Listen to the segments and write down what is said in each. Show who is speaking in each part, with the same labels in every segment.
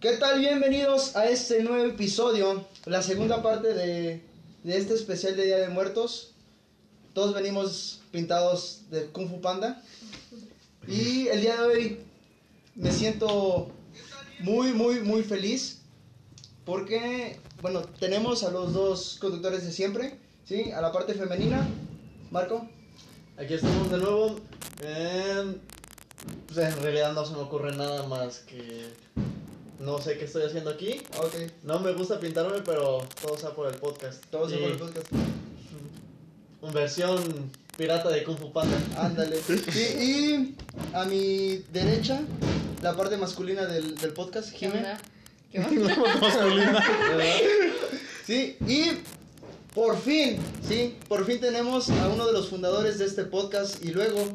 Speaker 1: ¿Qué tal? Bienvenidos a este nuevo episodio, la segunda parte de, de este especial de Día de Muertos. Todos venimos pintados de Kung Fu Panda. Y el día de hoy me siento muy, muy, muy feliz porque, bueno, tenemos a los dos conductores de siempre, ¿sí? A la parte femenina, Marco.
Speaker 2: Aquí estamos de nuevo. Eh, pues en realidad no se me ocurre nada más que. No sé qué estoy haciendo aquí.
Speaker 1: Ah, Ok,
Speaker 2: No me gusta pintarme, pero todo sea por el podcast.
Speaker 1: todos
Speaker 2: Y
Speaker 1: se el podcast.
Speaker 2: Versión pirata de Kung Fu Panda.
Speaker 1: Ándale. Sí, y a mi derecha, la parte masculina del, del podcast,
Speaker 3: ¿Qué
Speaker 1: Jimé.
Speaker 3: onda? ¿Qué onda?
Speaker 1: Sí, y por fin, sí, por fin tenemos a uno de los fundadores de este podcast y luego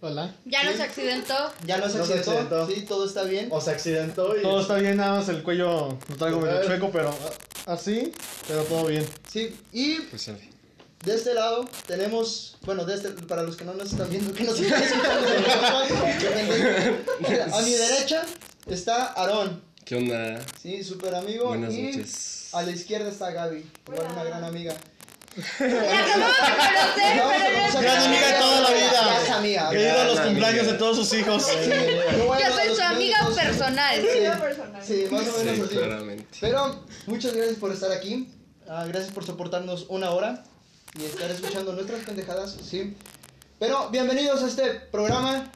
Speaker 4: Hola.
Speaker 3: Ya nos accidentó.
Speaker 1: ya no se
Speaker 2: No se
Speaker 1: accidentó,
Speaker 2: accidentó. Oh.
Speaker 1: sí, todo está bien.
Speaker 2: O se accidentó y.
Speaker 4: Todo está bien, nada más el cuello lo traigo medio chueco, pero ah, así, pero todo bien.
Speaker 1: Sí, y
Speaker 5: Pues en fin.
Speaker 1: de este lado tenemos, bueno, de este, para los que no nos están viendo, que nos están escuchando, de nosotros, a mi derecha está Aarón,
Speaker 5: ¿Qué onda?
Speaker 1: sí, súper amigo,
Speaker 5: Buenas
Speaker 1: y
Speaker 5: noches.
Speaker 1: a la izquierda está Gaby, igual una gran amiga.
Speaker 3: La acabamos de conocer,
Speaker 1: Vamos a- vamos
Speaker 3: pero
Speaker 1: a-
Speaker 3: no-
Speaker 4: Gran amiga toda la vida.
Speaker 1: Gran amiga.
Speaker 4: He ido a los
Speaker 5: Gran
Speaker 4: cumpleaños
Speaker 5: amiga.
Speaker 4: de todos sus hijos.
Speaker 1: pues, No voy a dar
Speaker 3: Yo soy
Speaker 1: los
Speaker 3: su amiga
Speaker 1: méritos.
Speaker 3: personal.
Speaker 1: Sí, más o menos
Speaker 5: Sí,
Speaker 1: así.
Speaker 5: claramente.
Speaker 1: Pero muchas gracias por estar aquí. Ah, gracias por soportarnos una hora y estar escuchando nuestras pendejadas, sí. Pero bienvenidos a este programa.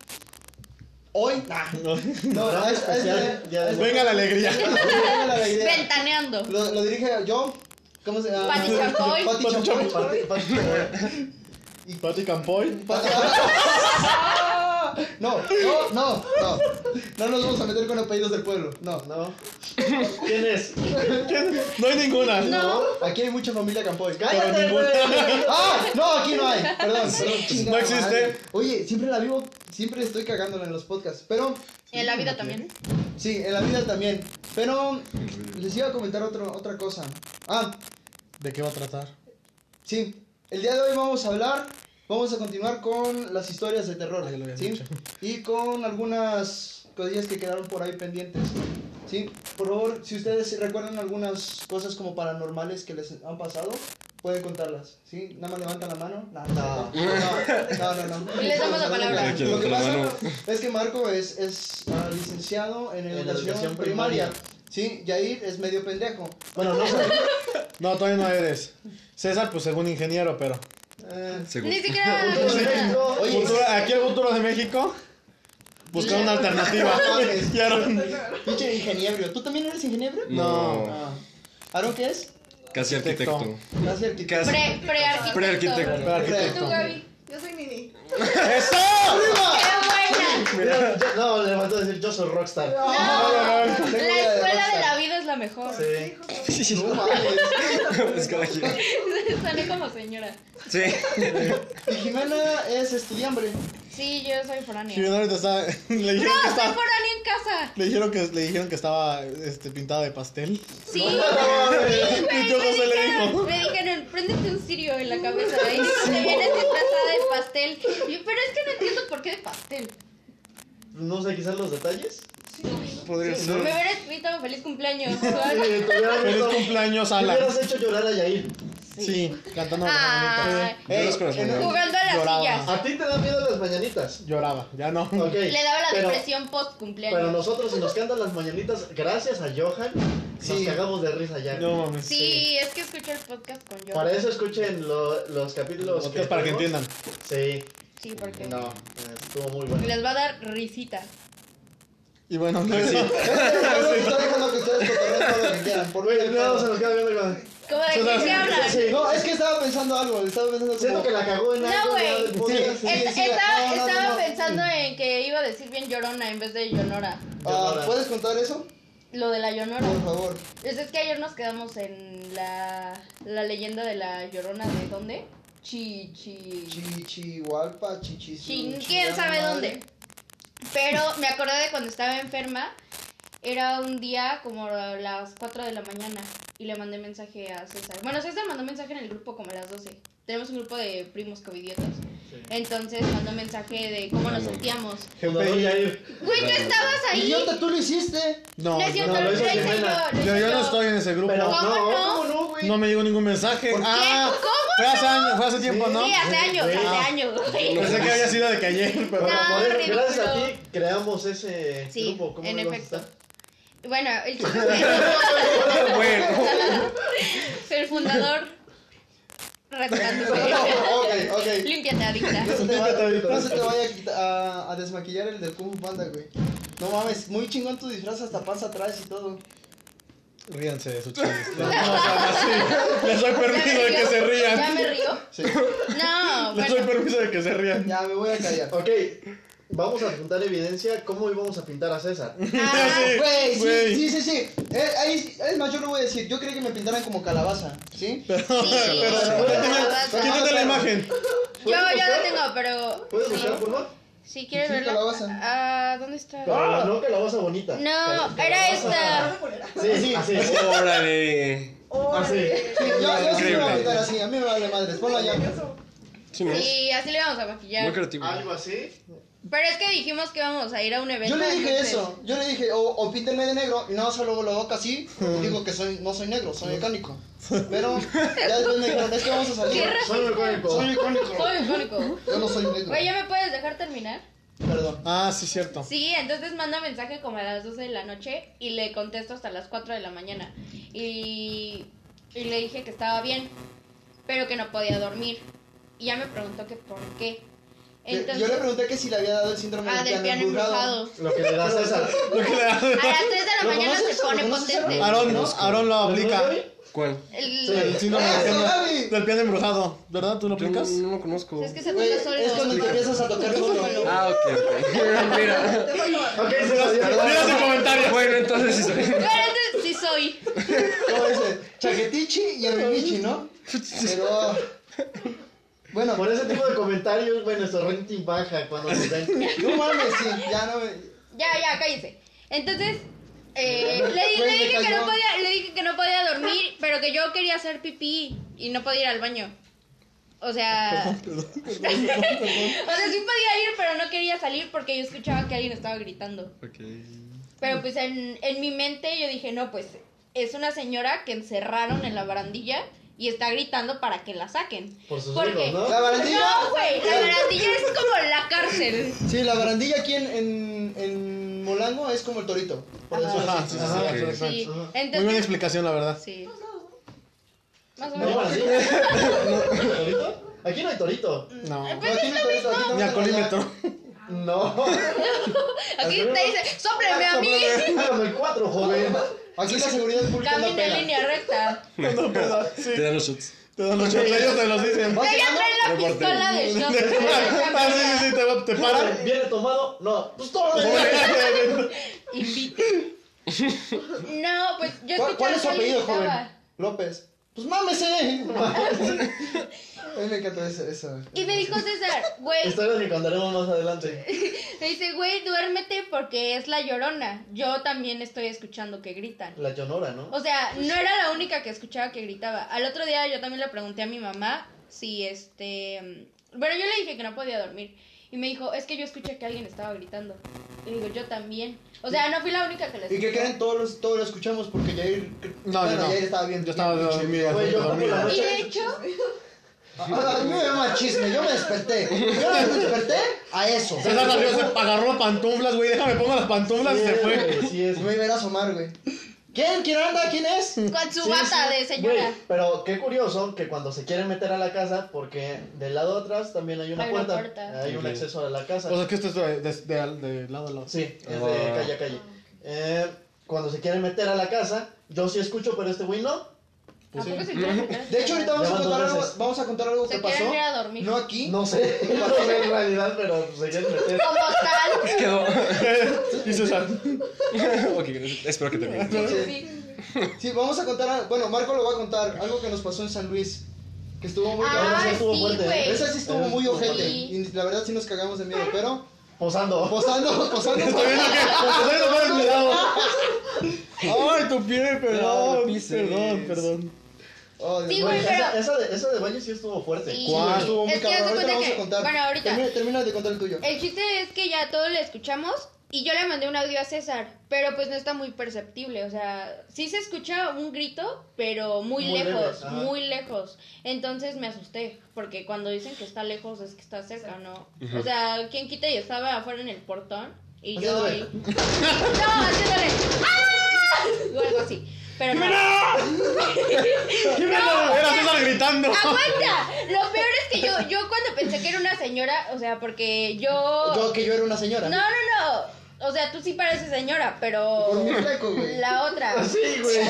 Speaker 1: Hoy, nah,
Speaker 4: No.
Speaker 1: no, a este- a este-
Speaker 2: Ya-
Speaker 1: a este-
Speaker 4: Venga la alegría.
Speaker 1: Venga la idea.
Speaker 3: Ventaneando.
Speaker 1: Lo, lo dirige yo. ¿Cómo se llama?
Speaker 3: Pati Chapoy.
Speaker 1: Pati
Speaker 4: Pati
Speaker 1: Chapoy.
Speaker 2: Pati- Pati-
Speaker 4: Pati Campoy.
Speaker 1: Pati- No, no, no, no. No nos vamos a meter con apellidos del pueblo. No,
Speaker 2: No. ¿Quién es?
Speaker 4: No hay ninguna.
Speaker 3: No.
Speaker 1: Aquí hay mucha familia Campoy.
Speaker 4: Pero ninguna.
Speaker 1: ¡Ah! No, aquí no hay. Perdón, perdón. chingada
Speaker 4: No existe.
Speaker 1: madre. Oye, siempre la vivo, siempre estoy cagándola en los podcasts. Pero,
Speaker 3: En la vida también.
Speaker 1: sí, en la vida también. Pero, les iba a comentar otro, otra cosa. Ah,
Speaker 4: ¿De qué va a tratar?
Speaker 1: sí. El día de hoy vamos a hablar, vamos a continuar con las historias de terror.
Speaker 4: Ah, ya lo habías
Speaker 1: ¿sí?
Speaker 4: dicho.
Speaker 1: Y con algunas cosillas que quedaron por ahí pendientes. Sí, por favor, si ustedes recuerdan algunas cosas como paranormales que les han pasado, pueden contarlas, ¿sí? Nada más levantan la mano. No, no, no, no. no, no.
Speaker 3: Y les damos la palabra.
Speaker 5: Aquí
Speaker 1: Lo que
Speaker 5: levanta la
Speaker 1: pasa
Speaker 5: mano.
Speaker 1: es que Marco es, es ah, licenciado en educación,
Speaker 2: educación
Speaker 1: primaria.
Speaker 2: primaria.
Speaker 1: Sí, Yair es medio pendejo.
Speaker 4: Bueno, no sé. No, todavía no eres. César, pues según ingeniero, pero.
Speaker 1: Eh,
Speaker 5: Seguro.
Speaker 3: Ni siquiera la cultura.
Speaker 1: oye,
Speaker 4: Futuro- aquí el futuro de México. Buscar una alternativa. Y Aaron-
Speaker 1: pinche ingeniero. ¿Tú también eres ingeniero?
Speaker 5: No.
Speaker 1: Ah. ¿Aaron qué es?
Speaker 5: Casi arquitecto.
Speaker 1: Casi arquitecto.
Speaker 5: Casi.
Speaker 3: Pre- Pre-arquitecto.
Speaker 5: Prearquitecto.
Speaker 4: Espera,
Speaker 1: Perfecto.
Speaker 4: arquitecto.
Speaker 6: Yo soy Nini.
Speaker 4: ¡Eso!
Speaker 3: ¡Qué buena!
Speaker 2: Mira, yo- no, le faltó decir yo soy rockstar.
Speaker 3: No.
Speaker 4: no,
Speaker 1: Tengo
Speaker 3: La
Speaker 1: vida de
Speaker 3: escuela de
Speaker 1: rockstar.
Speaker 3: la vida es la mejor.
Speaker 2: Sí.
Speaker 1: No mames.
Speaker 5: Es cada quien.
Speaker 3: Sale como señora.
Speaker 5: Sí.
Speaker 1: Y Jimena es estudiambre.
Speaker 3: Sí, yo soy foránea.
Speaker 4: Jimena ahorita está. Le dijeron que
Speaker 3: ¡No, soy
Speaker 4: está.
Speaker 3: foránea en casa!
Speaker 4: Le dijeron que, le dijeron que estaba este, pintada de pastel.
Speaker 3: Sí. Sí, güey,
Speaker 4: Y yo no
Speaker 3: me
Speaker 4: se le
Speaker 3: dijeron-
Speaker 4: dijo.
Speaker 3: Me dijeron, préndete un cirio en la cabeza y te vienes disfrazada de pastel. Y yo, pero es que no entiendo por qué de pastel.
Speaker 2: No sé, quizás los detalles.
Speaker 4: Podría
Speaker 2: Sí,
Speaker 3: Me
Speaker 4: ser.
Speaker 3: hubieras gritado feliz cumpleaños.
Speaker 2: Sí,
Speaker 3: ¿sabes?
Speaker 2: te hubiera
Speaker 4: Feliz
Speaker 2: gustado-
Speaker 4: cumpleaños,
Speaker 2: te
Speaker 4: Alan.
Speaker 2: hubieras hecho llorar a Yair.
Speaker 4: Sí, cantando las
Speaker 3: Ay,
Speaker 4: mañanitas.
Speaker 5: Yo los
Speaker 1: no.
Speaker 5: conozco.
Speaker 3: jugando a las
Speaker 4: Lloraba.
Speaker 3: sillas.
Speaker 2: A ti te dan miedo las mañanitas.
Speaker 4: Lloraba, ya no.
Speaker 2: Ok,
Speaker 3: Le daba la
Speaker 2: pero-
Speaker 3: depresión post
Speaker 2: Pero
Speaker 3: cumpleaños.
Speaker 2: nosotros, si nos cantan las mañanitas, gracias a Johan,
Speaker 1: Sí.
Speaker 2: nos cagamos de risa ya.
Speaker 4: No mames.
Speaker 3: Sí, es que escucho el podcast con yo.
Speaker 2: Para eso escuchen lo- los capítulos.
Speaker 4: Podcast para que
Speaker 2: tuvimos.
Speaker 4: entiendan.
Speaker 2: Sí,
Speaker 3: Sí, porque
Speaker 2: no, estuvo muy bueno.
Speaker 3: les va a dar risita.
Speaker 4: Y bueno, sí.
Speaker 1: Estoy dejando que ustedes cotorreen todo lo que quieran. Por
Speaker 2: Güey, no, se nos queda viendo con-
Speaker 3: Como de
Speaker 4: Suena-
Speaker 3: que se hablan.
Speaker 2: Sí.
Speaker 1: No, es que estaba pensando algo. Estaba pensando
Speaker 2: Siento
Speaker 1: como...
Speaker 2: que la cagó en
Speaker 3: No,
Speaker 2: algo.
Speaker 3: güey. eh,
Speaker 2: ya del podcast.
Speaker 1: Sí.
Speaker 3: Est- Estaba,
Speaker 1: no, no,
Speaker 3: estaba
Speaker 1: no.
Speaker 3: pensando en que iba a decir bien llorona en vez de llonora.
Speaker 1: Ah,
Speaker 2: Leonora.
Speaker 1: ¿Puedes contar eso?
Speaker 3: Lo de la llonora.
Speaker 1: Por favor.
Speaker 3: Pues es que ayer nos quedamos en la, la leyenda de la llorona de dónde? Chi, chi.
Speaker 1: Chichihualpa, chichis.
Speaker 3: chi- quién sabe dónde. Pero me acordé de cuando estaba enferma. Era un día como a las 4 de la mañana y le mandé mensaje a César. Bueno, César mandó mensaje en el grupo como a las 12. Tenemos un grupo de primos covidiotas.
Speaker 2: Sí.
Speaker 3: Entonces mandó mensaje de cómo nos
Speaker 5: No, no.
Speaker 3: sentíamos.
Speaker 2: No, Yair.
Speaker 3: Güey, tú
Speaker 5: Claro.
Speaker 3: estabas ahí.
Speaker 1: Idiota, tú lo hiciste.
Speaker 4: No,
Speaker 3: No es cierto,
Speaker 2: no,
Speaker 3: lo
Speaker 2: lo hizo
Speaker 3: hice yo.
Speaker 2: Jimena.
Speaker 3: lo
Speaker 4: yo,
Speaker 3: hice
Speaker 4: yo no
Speaker 3: yo.
Speaker 4: estoy en ese grupo.
Speaker 2: Pero
Speaker 3: ¿Cómo
Speaker 2: no,
Speaker 3: no?
Speaker 2: ¿cómo no, güey?
Speaker 4: No me llegó ningún mensaje. Ah,
Speaker 3: ¿Cómo
Speaker 4: fue hace años, fue hace tiempo, ¿no?
Speaker 3: Sí, hace años,
Speaker 2: Sí.
Speaker 3: hace años, güey.
Speaker 5: No.
Speaker 4: Pensé que había sido de que ayer, pero.
Speaker 2: Bueno,
Speaker 3: No,
Speaker 2: poder-
Speaker 3: ridículo.
Speaker 2: gracias a ti creamos ese
Speaker 3: Sí,
Speaker 2: grupo. ¿Cómo
Speaker 3: en
Speaker 2: no ibas a
Speaker 3: efecto.
Speaker 2: estar?
Speaker 3: Bueno, el chiste es que
Speaker 5: Bueno.
Speaker 3: el fundador rescatándose.
Speaker 1: ok, ok.
Speaker 3: Límpiate adicta.
Speaker 1: No se te va- no se te vaya a quita- a, a desmaquillar el del Kung Fu Panda, güey. No mames, muy chingón tu disfraz, hasta panza atrás y todo.
Speaker 4: Ríanse de su chiste. No, o sea, sí. Les doy
Speaker 3: Ya me
Speaker 4: permiso
Speaker 3: río,
Speaker 4: de que
Speaker 3: Ya
Speaker 4: se rían.
Speaker 3: me río.
Speaker 1: Sí.
Speaker 3: No,
Speaker 4: Les doy
Speaker 3: bueno,
Speaker 4: permiso de que se rían.
Speaker 1: Ya, me voy a callar.
Speaker 2: Ok, vamos a juntar evidencia. ¿Cómo íbamos a pintar a César?
Speaker 3: ah,
Speaker 1: Güey,
Speaker 4: Güey.
Speaker 1: sí, sí, sí, sí. Eh, ahí- es más, yo lo voy a decir. Yo creí que me pintaran como calabaza, ¿sí?
Speaker 4: Pero,
Speaker 3: Sí.
Speaker 4: pero, ¿quién tiene- ¿quién tiene la imagen?
Speaker 3: yo, yo lo tengo, pero.
Speaker 2: ¿Puedes
Speaker 3: sí.
Speaker 2: buscar uno?
Speaker 3: Si quieres
Speaker 1: Sí,
Speaker 3: verla.
Speaker 1: calabaza.
Speaker 3: Ah, ¿dónde está?
Speaker 2: Pero no, que la vas a bonita.
Speaker 3: No,
Speaker 2: Que- que
Speaker 3: era
Speaker 2: la vas a-
Speaker 3: esta.
Speaker 2: Sí, sí, así.
Speaker 5: Órale.
Speaker 2: Así.
Speaker 1: Sí, yo, yo sí me voy a
Speaker 5: Increíble.
Speaker 1: pintar así, a mí me vale madres. Ponlo allá.
Speaker 5: Sí, ¿no?
Speaker 3: Sí, así le vamos a maquillar.
Speaker 5: Muy creativo.
Speaker 2: Algo así.
Speaker 3: Pero es que dijimos que íbamos a ir a un evento.
Speaker 1: Yo le dije
Speaker 3: entonces-
Speaker 1: eso, yo le dije, o, o píntenme de negro, y no, solo lo boca así, y digo que soy, no soy negro, soy mecánico. Pero ya después me dijeron, es que vamos a salir.
Speaker 3: Qué
Speaker 2: Soy mecánico.
Speaker 1: Soy mecánico.
Speaker 3: Soy icónico.
Speaker 1: Yo no soy negro.
Speaker 3: Güey, ¿ya me puedes dejar terminar?
Speaker 1: Perdón.
Speaker 4: Ah, sí, cierto.
Speaker 3: Sí, entonces manda mensaje como a las 12 de la noche y le contesto hasta las 4 de la mañana. Y, y le dije que estaba bien, pero que no podía dormir. Y ya me preguntó que por qué. Entonces,
Speaker 1: yo le pregunté que si le había dado el síndrome
Speaker 3: ah, del piano embrujado.
Speaker 2: Lo que le da César.
Speaker 4: Lo que le
Speaker 3: A las
Speaker 4: da-
Speaker 3: 3 de la
Speaker 1: ¿Lo
Speaker 3: mañana se
Speaker 1: conoces?
Speaker 3: pone
Speaker 1: ¿Lo conoces?
Speaker 3: potente.
Speaker 4: Aarón, ¿no? Aarón lo aplica.
Speaker 5: ¿Cuál?
Speaker 3: El-
Speaker 4: El síndrome del
Speaker 1: ¡Eso,
Speaker 4: piano-
Speaker 1: Gaby!
Speaker 4: del piano embrujado. ¿Verdad? ¿Tú lo
Speaker 5: Yo
Speaker 4: aplicas?
Speaker 5: no lo conozco.
Speaker 3: Es que se
Speaker 1: Güey,
Speaker 3: toca solo.
Speaker 1: es cuando te empiezas a tocar solo.
Speaker 5: Ah, ok, ok. Mira.
Speaker 2: Ok, César, ya
Speaker 5: Perdón.
Speaker 4: Mira su comentario.
Speaker 5: Bueno, entonces sí soy.
Speaker 3: Espérate, sí soy.
Speaker 1: ¿Cómo dice? Chaquetichi y el mimichi, ¿no? Pero... Bueno,
Speaker 2: Por ese tipo de comentarios, güey, nuestro rating baja cuando nos ven.
Speaker 1: no mames, sí, ya no me...
Speaker 3: Ya, ya, cállese. Entonces, eh, le, di-
Speaker 1: Güey,
Speaker 3: le
Speaker 1: me
Speaker 3: dije que
Speaker 1: cayó.
Speaker 3: no podía, le dije que no podía dormir, pero que yo quería hacer pipí y no podía ir al baño. O sea, o sea, sí podía ir, pero no quería salir porque yo escuchaba que alguien estaba gritando.
Speaker 5: Ok.
Speaker 3: Pero pues en, en mi mente yo dije, no, pues es una señora que encerraron en la barandilla y está gritando para que la saquen.
Speaker 2: Por sus
Speaker 3: ¿Por qué?
Speaker 2: hijos, ¿no?
Speaker 1: La barandilla...
Speaker 3: No, güey, la barandilla es como la cárcel.
Speaker 1: Sí, la barandilla aquí en, en, en Molango es como el torito. Por decirlo
Speaker 4: Ajá,
Speaker 1: así.
Speaker 4: Ah, sí,
Speaker 5: Ajá,
Speaker 4: sí,
Speaker 5: ok.
Speaker 4: sí, sí.
Speaker 3: Sí,
Speaker 2: Ajá.
Speaker 4: Muy buena
Speaker 3: entonces...
Speaker 4: explicación, la verdad.
Speaker 3: Sí. Más o
Speaker 2: No,
Speaker 3: menos.
Speaker 2: así. ¿Torito? Aquí no hay torito.
Speaker 4: No.
Speaker 1: No, aquí no hay torito, aquí
Speaker 4: Ni
Speaker 1: no
Speaker 4: a colímetro.
Speaker 2: No.
Speaker 3: Aquí te dice, ¡sópleme
Speaker 1: Ah,
Speaker 3: a mí!
Speaker 2: Hágame el 4, joven.
Speaker 1: Aquí la seguridad pública no
Speaker 3: Camina en
Speaker 1: pega.
Speaker 3: línea recta.
Speaker 4: No, pero sí.
Speaker 5: Te dan los shots.
Speaker 4: Te dan los chocos, ellos te los dicen.
Speaker 1: ¿Vas
Speaker 3: Ella
Speaker 1: llegando?
Speaker 3: trae la
Speaker 5: Reportero.
Speaker 3: pistola de shot.
Speaker 4: Ah, sí, sí, sí, te, te
Speaker 2: Ah,
Speaker 4: paran.
Speaker 2: ¿Viene tomado? No. Pues todo.
Speaker 3: Invita. No, pues yo
Speaker 1: ¿Cuál,
Speaker 3: escuchaba
Speaker 1: cuál es su
Speaker 3: que alguien
Speaker 1: apellido, joven?
Speaker 3: gritaba.
Speaker 1: López. Pues mámese. A mí me encantó eso. eso.
Speaker 3: Y me dijo César, güey,
Speaker 2: Historias que contaremos más adelante.
Speaker 3: me dice, güey, duérmete porque es la llorona. Yo también estoy escuchando que gritan.
Speaker 2: La Yonora, ¿no?
Speaker 3: O sea, no era la única que escuchaba que gritaba. Al otro día yo también le pregunté a mi mamá si este... Bueno, yo le dije que no podía dormir. Y me dijo, es que yo escuché que alguien estaba gritando. Y le digo, yo también. O sea, no fui la única que le
Speaker 1: ¿Y qué
Speaker 3: escuchó.
Speaker 1: creen? Todos, los- todos lo escuchamos porque Jair.
Speaker 4: No,
Speaker 1: bueno,
Speaker 4: yo no.
Speaker 1: Jair estaba bien.
Speaker 4: Yo estaba
Speaker 1: bien pinche.
Speaker 4: dormido.
Speaker 2: Güey, yo como la
Speaker 4: dormido.
Speaker 3: Y
Speaker 2: noche.
Speaker 3: de hecho,
Speaker 1: Ah, A mí me llama chisme. Yo me desperté. Yo me desperté a eso.
Speaker 4: César salió, se agarró pantuflas, güey. Déjame pongo las pantuflas y se fue.
Speaker 2: Sí, es,
Speaker 1: Me iba a ir a asomar, güey. ¿Quién? ¿Quién anda? ¿Quién es?
Speaker 3: con su
Speaker 2: Sí,
Speaker 3: bata
Speaker 2: sí.
Speaker 3: de señora.
Speaker 2: Güey, pero qué curioso que cuando se quieren meter a la casa, porque del lado de atrás también hay una
Speaker 3: Hay una
Speaker 2: puerta.
Speaker 3: puerta.
Speaker 2: Hay un
Speaker 5: Ok.
Speaker 2: acceso a la casa.
Speaker 4: O sea, que esto es de, de- de- de lado a lado.
Speaker 2: sí, es de
Speaker 5: Ah.
Speaker 2: calle a calle. Eh, cuando se quieren meter a la casa, yo sí escucho, pero este güey no.
Speaker 3: Tampoco se quiere meter.
Speaker 1: pues De hecho, ahorita vamos a
Speaker 2: Llaman dos
Speaker 1: contar algo,
Speaker 2: veces.
Speaker 1: vamos a contar algo que
Speaker 3: se quieren
Speaker 1: pasó.
Speaker 3: ir a dormir.
Speaker 1: No aquí.
Speaker 2: No sé, no sé en realidad, pero pues, se quieren meter.
Speaker 3: Como tal.
Speaker 5: Quedó.
Speaker 4: Y César.
Speaker 5: ok, gracias. Espero que termine.
Speaker 3: Sí.
Speaker 1: Sí, vamos a contar. a- Bueno, Marco lo va a contar. Algo que nos pasó en San Luis. Que estuvo muy.
Speaker 3: Ah,
Speaker 1: cabrón.
Speaker 2: Esa
Speaker 3: sí, güey.
Speaker 1: Esa sí estuvo
Speaker 2: Esa
Speaker 1: muy
Speaker 2: ¿eh? estuvo
Speaker 1: ojete.
Speaker 3: Sí.
Speaker 1: Y la verdad sí nos cagamos de miedo. Pero.
Speaker 2: Posando.
Speaker 1: Posando, posando.
Speaker 4: Estoy viendo que. Estoy viendo con cuidado. Ay, tu pie,
Speaker 5: No,
Speaker 4: perdón.
Speaker 5: lo pises.
Speaker 4: Perdón, perdón.
Speaker 1: Oh, Dios
Speaker 3: Sí,
Speaker 1: mío.
Speaker 3: güey, pero-
Speaker 2: Esa, esa de, esa de Valle sí estuvo fuerte.
Speaker 3: Sí.
Speaker 4: ¿Cuál?
Speaker 1: Estuvo muy
Speaker 3: Es que haz
Speaker 1: cabrón.
Speaker 3: de
Speaker 1: Ahorita
Speaker 3: cuenta
Speaker 1: vamos a
Speaker 3: que-
Speaker 1: contar.
Speaker 3: bueno, ahorita. Eh,
Speaker 1: Termina, termina de contar el tuyo.
Speaker 3: El chiste es que ya todo lo escuchamos y yo le mandé un audio a César, pero pues no está muy perceptible, o sea, sí se escucha un grito, pero muy,
Speaker 2: Muy
Speaker 3: lejos,
Speaker 2: lejos, ajá.
Speaker 3: muy lejos. Entonces me asusté, porque cuando dicen que está lejos es que está cerca, ¿no? O sea, quien quita y estaba afuera en el portón y yo
Speaker 1: Haciéndole.
Speaker 3: ahí... No, haciéndole... ¡Ah! O algo así. Pero no. No,
Speaker 4: Era
Speaker 3: o sea,
Speaker 4: César gritando.
Speaker 1: ¡Ah!
Speaker 3: ¡Aguanta! Lo peor es que yo, yo cuando pensé que era una señora, o sea, porque
Speaker 1: Yo, que yo era una señora.
Speaker 3: no, no, no. O sea, tú sí pareces señora,
Speaker 1: Por
Speaker 3: pero
Speaker 1: mi fleco, güey.
Speaker 3: la otra.
Speaker 2: Sí, güey. Sí.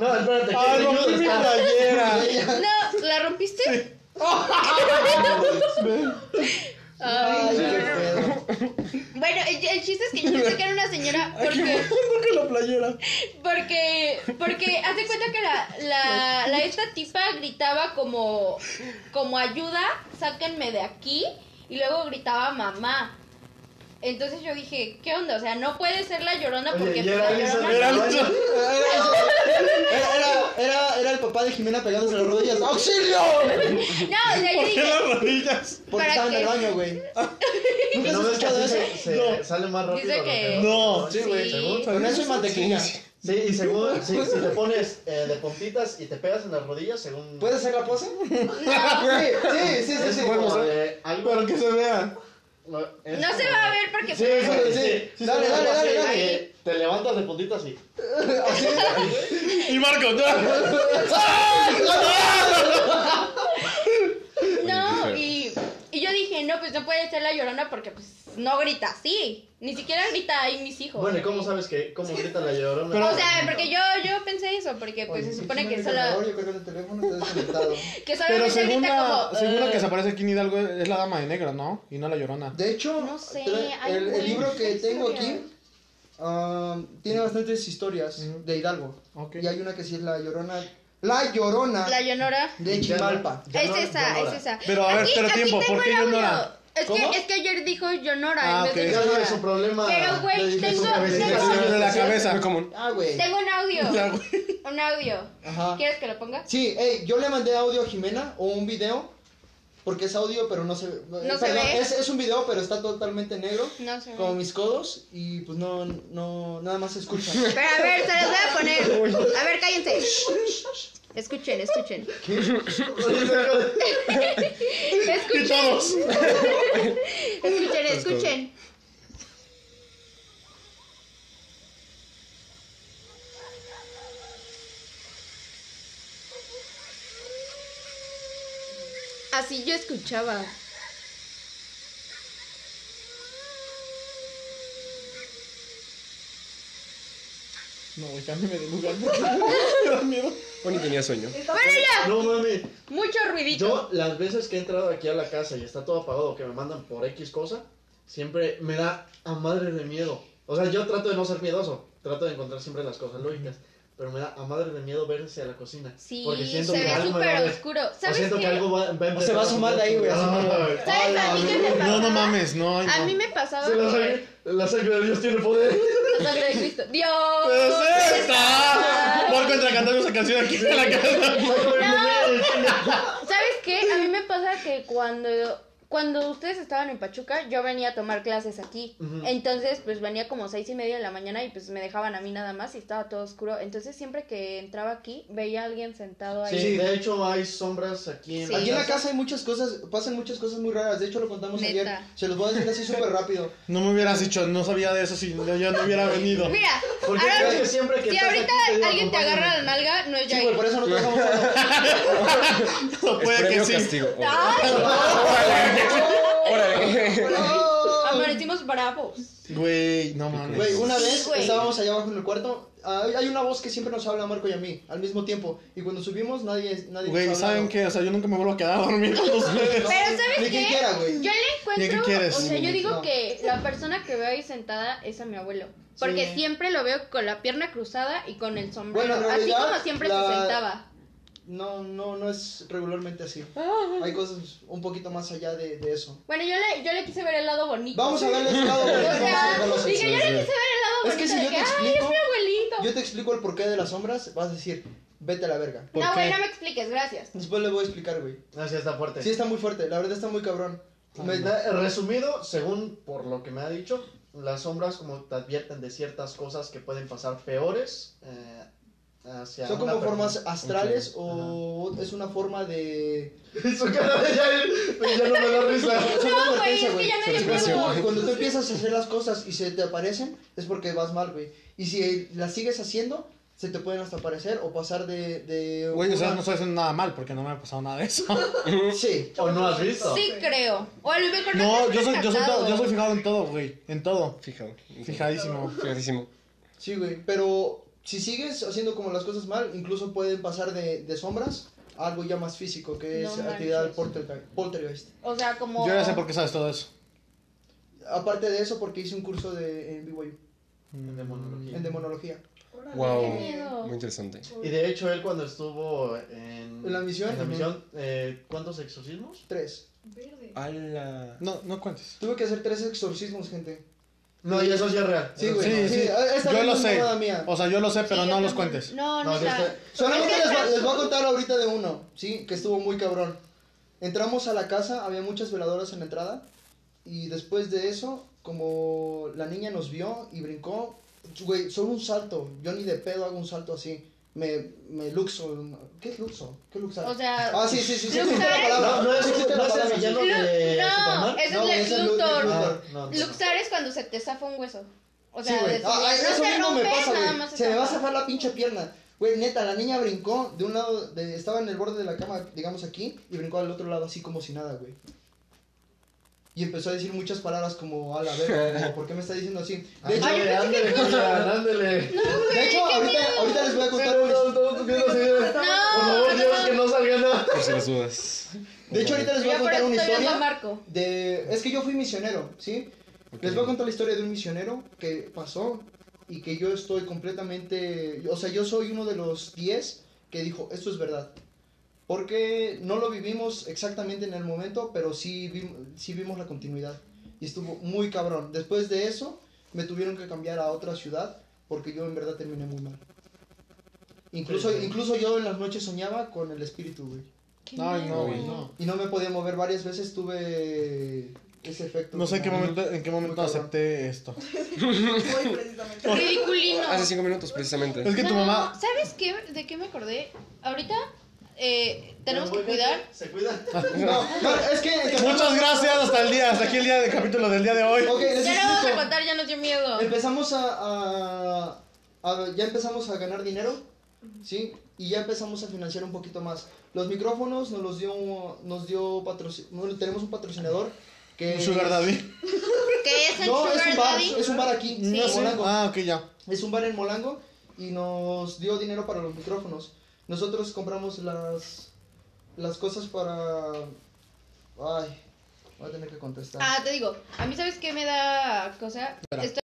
Speaker 2: No, espérate. ¿qué
Speaker 4: ¡Ah,
Speaker 2: señor
Speaker 4: rompí mi
Speaker 2: está?
Speaker 4: playera!
Speaker 3: No, ¿la rompiste? Ay,
Speaker 1: Ay, qué
Speaker 3: no, no.
Speaker 1: pedo.
Speaker 3: Bueno, el, el chiste es que yo pensé que era una señora porque
Speaker 4: que la playera?
Speaker 3: porque porque haz de cuenta que la, la, la esta tipa gritaba como como ayuda, sáquenme de aquí y luego gritaba mamá. Entonces yo dije, ¿qué onda? O sea, no puede ser la llorona
Speaker 2: Oye,
Speaker 3: porque
Speaker 2: y
Speaker 3: pues,
Speaker 2: era
Speaker 3: la
Speaker 2: Elizabeth,
Speaker 3: llorona
Speaker 4: Era Lucho.
Speaker 1: Era, era, era, era el papá de Jimena pegándose las rodillas. ¡Auxilio!
Speaker 3: No, o sea, yo
Speaker 4: ¿Por qué
Speaker 3: dije,
Speaker 4: las rodillas?
Speaker 1: Porque
Speaker 3: ¿Para
Speaker 1: estaba en
Speaker 3: qué?
Speaker 1: el baño, güey. Ah, ¿Nunca has
Speaker 2: No ves que
Speaker 1: escuchado
Speaker 2: así
Speaker 1: eso?
Speaker 2: se, se
Speaker 4: No.
Speaker 2: sale más rápido.
Speaker 3: Dice
Speaker 2: lo
Speaker 3: que-
Speaker 4: No.
Speaker 3: Sí, güey.
Speaker 2: según-
Speaker 1: Con eso y mantequilla.
Speaker 5: Sí,
Speaker 2: Sí, y según, sí, si te pones eh, de pompitas y te pegas en las rodillas, según...
Speaker 1: ¿Puedes hacer la pose? Sí,
Speaker 3: no,
Speaker 1: sí, sí, sí.
Speaker 2: es
Speaker 1: sí.
Speaker 2: como de algo...
Speaker 4: Pero que se vea.
Speaker 2: es
Speaker 3: no se
Speaker 2: como-
Speaker 3: va a ver porque
Speaker 2: Sí,
Speaker 3: pues,
Speaker 2: sí,
Speaker 1: sí,
Speaker 2: sí.
Speaker 1: sí, dale, dale,
Speaker 2: Así,
Speaker 1: dale,
Speaker 3: dale.
Speaker 2: eh, Te levantas de puntitas y...
Speaker 4: Y Marco, no.
Speaker 3: No, y, y yo dije, no, pues no puede ser la llorona porque pues no grita así. Ni siquiera grita ahí mis hijos.
Speaker 2: Bueno, ¿y cómo sabes que cómo grita la llorona?
Speaker 3: o sea, porque yo, yo pensé eso, porque pues se supone que solo,
Speaker 1: Yo creo que el teléfono está desconectado.
Speaker 3: que
Speaker 4: Pero
Speaker 3: solamente
Speaker 4: según
Speaker 3: grita
Speaker 4: la,
Speaker 3: como.
Speaker 4: según la que
Speaker 3: "Ugh".
Speaker 4: se aparece aquí en Hidalgo es la dama de negro, ¿no? Y no la llorona.
Speaker 1: De hecho,
Speaker 3: No sé,
Speaker 1: tra-
Speaker 3: hay
Speaker 1: el, el
Speaker 3: buenas
Speaker 1: libro que tengo
Speaker 3: historias.
Speaker 1: aquí um, tiene bastantes historias
Speaker 4: Ujú.
Speaker 1: de Hidalgo.
Speaker 4: Ok.
Speaker 1: Y hay una que sí es la Llorona. La Llorona
Speaker 3: La llorona.
Speaker 1: de Chimalpa.
Speaker 2: Ya no-
Speaker 3: es esa,
Speaker 2: ya no
Speaker 3: es
Speaker 2: la-
Speaker 3: esa.
Speaker 4: Pero, a ver, pero tiempo,
Speaker 3: tengo
Speaker 4: ¿por qué
Speaker 3: el audio.
Speaker 4: Yonora?
Speaker 3: Es
Speaker 1: ¿Cómo?
Speaker 3: que, es que ayer dijo Yonora
Speaker 4: Ah,
Speaker 3: en vez de
Speaker 4: ok.
Speaker 2: Ya no
Speaker 3: Yonora.
Speaker 2: es un problema.
Speaker 3: Pero, güey,
Speaker 2: Le dije,
Speaker 3: tengo-
Speaker 2: "Su cabecita".
Speaker 3: tengo-
Speaker 4: Sí, de la
Speaker 5: Muy
Speaker 4: cabeza.
Speaker 5: común.
Speaker 1: Ah, güey.
Speaker 3: Tengo un
Speaker 4: Ya,
Speaker 3: audio.
Speaker 4: güey.
Speaker 3: Un audio.
Speaker 1: Ajá.
Speaker 3: ¿Quieres que lo ponga?
Speaker 1: Sí, ey, yo le mandé audio a Jimena o un video. Porque es audio, pero no se ve. No
Speaker 3: se ve.
Speaker 1: Es, es un video, pero está totalmente negro.
Speaker 3: No sé.
Speaker 1: Como mis codos. Y pues no, no, nada más se escucha.
Speaker 3: Pero a ver, se los voy a poner. A ver, cállense. Escuchen, escuchen.
Speaker 4: Y
Speaker 3: Escuchen,
Speaker 4: todos.
Speaker 3: escuchen, escuchen. Así yo escuchaba.
Speaker 4: No, güey, cámbiame de lugar porque me da miedo.
Speaker 5: Bueno, tenía sueño.
Speaker 3: Bueno, ya.
Speaker 2: No mami,
Speaker 3: Mucho ruidito.
Speaker 2: yo las veces que he entrado aquí a la casa y está todo apagado, que me mandan por X cosa, siempre me da a madre de miedo. O sea, yo trato de no ser miedoso, trato de encontrar siempre las cosas lógicas, pero me da a madre de miedo verse a la cocina.
Speaker 3: Sí,
Speaker 2: porque siento
Speaker 3: se
Speaker 2: que
Speaker 3: ve
Speaker 2: algo me va a
Speaker 3: súper
Speaker 2: ver.
Speaker 3: oscuro.
Speaker 2: O
Speaker 3: ¿Sabes
Speaker 2: siento
Speaker 3: qué?
Speaker 2: que algo va, va a empezar
Speaker 1: Se va a asomar de ahí, güey, a asomar.
Speaker 2: Ay,
Speaker 3: Ah, ¿Sabes a mí qué me pasaba?
Speaker 4: No, no mames, no. ay,
Speaker 3: A
Speaker 4: no.
Speaker 3: mí me pasaba
Speaker 2: se Ah, la,
Speaker 3: que...
Speaker 2: sangre, la sangre de Dios tiene poder.
Speaker 3: La sangre de Cristo. ¡Dios!
Speaker 4: ¡Pues está! Por contra cantando esa canción aquí en la casa.
Speaker 3: ¿Sabes qué? A mí me pasa que cuando, cuando ustedes estaban en Pachuca, yo venía a tomar clases aquí.
Speaker 2: Ujú.
Speaker 3: Entonces, pues venía como seis y media de la mañana y pues me dejaban a mí nada más y estaba todo oscuro. Entonces, siempre que entraba aquí, veía a alguien sentado ahí.
Speaker 2: Sí, de hecho hay sombras aquí en
Speaker 3: Sí.
Speaker 1: Aquí en la casa hay muchas cosas, pasan muchas cosas muy raras. De hecho, lo contamos
Speaker 3: Neta.
Speaker 1: ayer. Se los voy a decir así súper rápido.
Speaker 4: No me hubieras dicho, no sabía de eso si no- yo no hubiera venido.
Speaker 3: Mira,
Speaker 2: Porque
Speaker 3: ahora-
Speaker 2: crees que siempre que
Speaker 3: si
Speaker 2: estás aquí,
Speaker 3: ahorita
Speaker 2: te digo,
Speaker 3: alguien te agarra la
Speaker 2: acompáñame.
Speaker 3: nalga, no es
Speaker 1: Sí,
Speaker 3: ya.
Speaker 1: güey, por eso no te dejamos solo.
Speaker 4: No
Speaker 5: Es
Speaker 4: puede
Speaker 5: premio
Speaker 4: que
Speaker 5: o
Speaker 4: sí.
Speaker 5: castigo.
Speaker 3: Ah,
Speaker 5: Órale.
Speaker 3: Aparecimos bravos.
Speaker 4: Güey, no mames.
Speaker 1: Güey, una vez
Speaker 3: güey.
Speaker 1: estábamos allá abajo en el cuarto. Hay, hay una voz que siempre nos habla a Marco y a mí al mismo tiempo. Y cuando subimos, nadie. nadie
Speaker 4: Güey,
Speaker 1: nos hablaba.
Speaker 4: ¿saben qué? O sea, yo nunca me vuelvo a quedar a dormir con ustedes.
Speaker 3: Pero ¿sabes
Speaker 1: Ni quien
Speaker 3: qué?
Speaker 1: quiera, güey.
Speaker 3: Yo le
Speaker 4: Ni que
Speaker 3: encuentro,
Speaker 4: quieres.
Speaker 3: o sea, yo digo
Speaker 1: No.
Speaker 3: que la persona que veo ahí sentada es a mi abuelo. Porque
Speaker 1: Sí.
Speaker 3: siempre lo veo con la pierna cruzada y con el sombrero.
Speaker 1: Bueno, en
Speaker 3: así
Speaker 1: realidad,
Speaker 3: como siempre se
Speaker 1: la-
Speaker 3: sentaba.
Speaker 1: No, no, no es regularmente así. Hay cosas un poquito más allá de, de eso.
Speaker 3: Bueno, yo le, yo le quise ver el lado bonito.
Speaker 1: Vamos a verle ese lado, güey.
Speaker 3: O
Speaker 1: Vamos a
Speaker 3: sea,
Speaker 1: dejarlo así.
Speaker 3: dije, yo le quise ver el lado
Speaker 1: Es
Speaker 3: bonito.
Speaker 1: que si
Speaker 3: de
Speaker 1: yo te
Speaker 3: ay, es
Speaker 1: explico-
Speaker 3: mi abuelito.
Speaker 1: Yo te explico el porqué de las sombras. Vas a decir, vete a la verga.
Speaker 4: ¿Por
Speaker 3: No, güey,
Speaker 4: qué?
Speaker 3: no me expliques, gracias.
Speaker 1: Después le voy a explicar, güey.
Speaker 2: No, Ah, sí, Ah, está fuerte.
Speaker 1: Sí, está muy fuerte, la verdad está muy cabrón. Me-
Speaker 2: Me da- resumido, según por lo que me ha dicho, las sombras como te advierten de ciertas cosas que pueden pasar peores eh, hacia
Speaker 1: son
Speaker 2: una
Speaker 1: como
Speaker 2: persona.
Speaker 1: formas astrales o es una forma de...
Speaker 2: Su cara de ya, ya no me da risa.
Speaker 1: Son
Speaker 3: No, güey,
Speaker 1: advertencia,
Speaker 3: es que ya nadie
Speaker 1: Es
Speaker 3: puede.
Speaker 1: como Cuando tú empiezas a hacer las cosas y se te aparecen, es porque vas mal, güey. Y si las sigues haciendo, se te pueden hasta aparecer o pasar de... de
Speaker 4: Güey, o sea,
Speaker 1: una-
Speaker 4: no estoy haciendo nada mal porque no me ha pasado nada de eso.
Speaker 1: Sí.
Speaker 2: ¿O no has visto?
Speaker 3: Sí creo. O a lo mejor
Speaker 4: No,
Speaker 3: estás
Speaker 4: yo soy, yo soy,
Speaker 3: rescatado.
Speaker 4: todo- yo soy fijado en todo, güey. En todo.
Speaker 5: Fijado.
Speaker 4: Fijadísimo.
Speaker 5: Fijadísimo.
Speaker 1: Sí, güey, pero si sigues haciendo como las cosas mal, incluso pueden pasar de, de sombras a algo ya más físico, que
Speaker 3: No
Speaker 1: es
Speaker 3: manches.
Speaker 1: actividad poltergeist, poltergeist.
Speaker 3: O sea, como...
Speaker 4: Yo ya sé por qué sabes todo eso.
Speaker 1: Aparte de eso, porque hice un curso de, en BYU,
Speaker 2: De monología.
Speaker 1: en demonología.
Speaker 5: Wow.
Speaker 3: Qué miedo.
Speaker 5: Muy interesante.
Speaker 2: Y de hecho, él cuando estuvo en,
Speaker 1: En la misión,
Speaker 2: en la
Speaker 1: ajá.
Speaker 2: misión, eh, ¿cuántos exorcismos?
Speaker 1: Tres.
Speaker 5: A la...
Speaker 4: No, no cuentes.
Speaker 1: Tuve que hacer tres exorcismos, gente.
Speaker 2: No, y eso sí es real.
Speaker 1: Sí,
Speaker 2: Eso
Speaker 1: güey.
Speaker 4: Sí,
Speaker 1: Sí,
Speaker 4: sí.
Speaker 1: ah, esta
Speaker 4: Yo
Speaker 1: vez
Speaker 4: lo
Speaker 1: no es
Speaker 4: sé.
Speaker 1: mamada mía.
Speaker 4: O sea, yo lo sé, pero
Speaker 3: Sí,
Speaker 4: no
Speaker 3: yo
Speaker 4: los
Speaker 3: también.
Speaker 4: cuentes.
Speaker 3: No,
Speaker 2: No,
Speaker 3: no,
Speaker 2: sí
Speaker 3: está-
Speaker 2: está-
Speaker 1: Solamente les, va- les voy a contar ahorita de uno, ¿sí? Que estuvo muy cabrón. Entramos a la casa, había muchas veladoras en la entrada. Y después de eso, como la niña nos vio y brincó, güey, solo un salto. Yo ni de pedo hago un salto así. Me, me luxo. ¿Qué es luxo? ¿Qué luxar?
Speaker 3: O sea,
Speaker 1: Ah, sí, sí, sí. sí existe
Speaker 3: ¿luxar?
Speaker 1: la palabra.
Speaker 2: No, no es,
Speaker 1: Sí existe
Speaker 2: no
Speaker 1: la
Speaker 2: es el
Speaker 1: palabra.
Speaker 2: villano
Speaker 3: Lu-
Speaker 2: de
Speaker 3: no,
Speaker 2: Superman.
Speaker 3: ese es
Speaker 1: No,
Speaker 3: Lex
Speaker 1: ese es Lu-
Speaker 3: Luthor.
Speaker 2: Ah, no, no.
Speaker 3: Luxar es cuando se te zafa un hueso. O
Speaker 1: Sí,
Speaker 3: sea,
Speaker 1: güey.
Speaker 3: de
Speaker 1: Ah,
Speaker 3: seguridad.
Speaker 1: ah,
Speaker 3: no
Speaker 1: eso
Speaker 3: se
Speaker 1: mismo
Speaker 3: rompe,
Speaker 1: me pasa,
Speaker 3: nada
Speaker 1: güey.
Speaker 3: más se,
Speaker 1: Se me va a
Speaker 3: zafa.
Speaker 1: zafar la pinche pierna. Güey, neta, la niña brincó de un lado, de- estaba en el borde de la cama, digamos aquí, y brincó al otro lado así como si nada, güey. Y empezó a decir muchas palabras como, a la verga, como, ¿por qué me está diciendo así? De hecho,
Speaker 2: Ándele, ándele, Julián, ándele.
Speaker 1: de hecho ahorita, ahorita les voy a contar una his-
Speaker 2: Todos viendo así de- Por favor, Dios, que no salga nada.
Speaker 5: Por si las dudas.
Speaker 1: De hecho, ahorita les voy
Speaker 3: Yo
Speaker 1: a
Speaker 3: por
Speaker 1: contar
Speaker 3: eso
Speaker 1: una
Speaker 3: estoy viendo a
Speaker 1: historia
Speaker 3: Marco.
Speaker 1: de... Es que yo fui misionero, ¿sí? Les voy a contar la historia de un misionero que pasó y que yo estoy completamente... O sea, yo soy uno de los 10 que dijo, esto es verdad. Porque no lo vivimos exactamente en el momento, pero sí, vim- sí vimos la continuidad. Y estuvo muy cabrón. Después de eso, me tuvieron que cambiar a otra ciudad porque yo en verdad terminé muy mal. Incluso,
Speaker 2: Sí, sí.
Speaker 1: incluso yo en las noches soñaba con el espíritu, güey.
Speaker 3: Qué
Speaker 4: Ay,
Speaker 3: miedo.
Speaker 4: no, güey, no.
Speaker 1: Y no me podía mover varias veces, tuve ese efecto.
Speaker 4: No sé en qué
Speaker 1: como-
Speaker 4: momento, en qué momento
Speaker 1: Muy cabrón.
Speaker 4: acepté esto.
Speaker 6: Hoy precisamente.
Speaker 3: Ridiculino.
Speaker 1: Ah,
Speaker 5: Hace cinco minutos, precisamente.
Speaker 4: Es que tu
Speaker 3: No,
Speaker 4: mamá.
Speaker 3: ¿Sabes qué? ¿De qué me acordé? Ahorita eh, tenemos que
Speaker 2: Pero, güey,
Speaker 3: cuidar.
Speaker 2: Se cuida.
Speaker 1: No, no, es que. es que-
Speaker 4: Muchas gracias, hasta el día, hasta aquí el día del capítulo del día de hoy.
Speaker 1: Ok, les
Speaker 3: Ya le vamos a
Speaker 1: explico.
Speaker 3: contar, ya nos dio miedo.
Speaker 1: Empezamos a, a- a- Ya empezamos a ganar dinero, ¿sí? Y ya empezamos a financiar un poquito más. Los micrófonos nos los dio. Nos dio patrocinador. Tenemos un patrocinador que.
Speaker 4: Un Sugar Daddy.
Speaker 3: ¿Qué es el
Speaker 1: No,
Speaker 3: sugar
Speaker 1: es un bar,
Speaker 3: daddy?
Speaker 1: es un bar aquí.
Speaker 3: Sí.
Speaker 4: No
Speaker 1: en
Speaker 4: sé.
Speaker 1: Polanco.
Speaker 4: Ah, ok, ya.
Speaker 1: Es un bar en Molango y nos dio dinero para los micrófonos. Nosotros compramos las las cosas para ay, voy a tener que contestar.
Speaker 3: Ah, te digo, a mí sabes qué me da cosa. Estoy...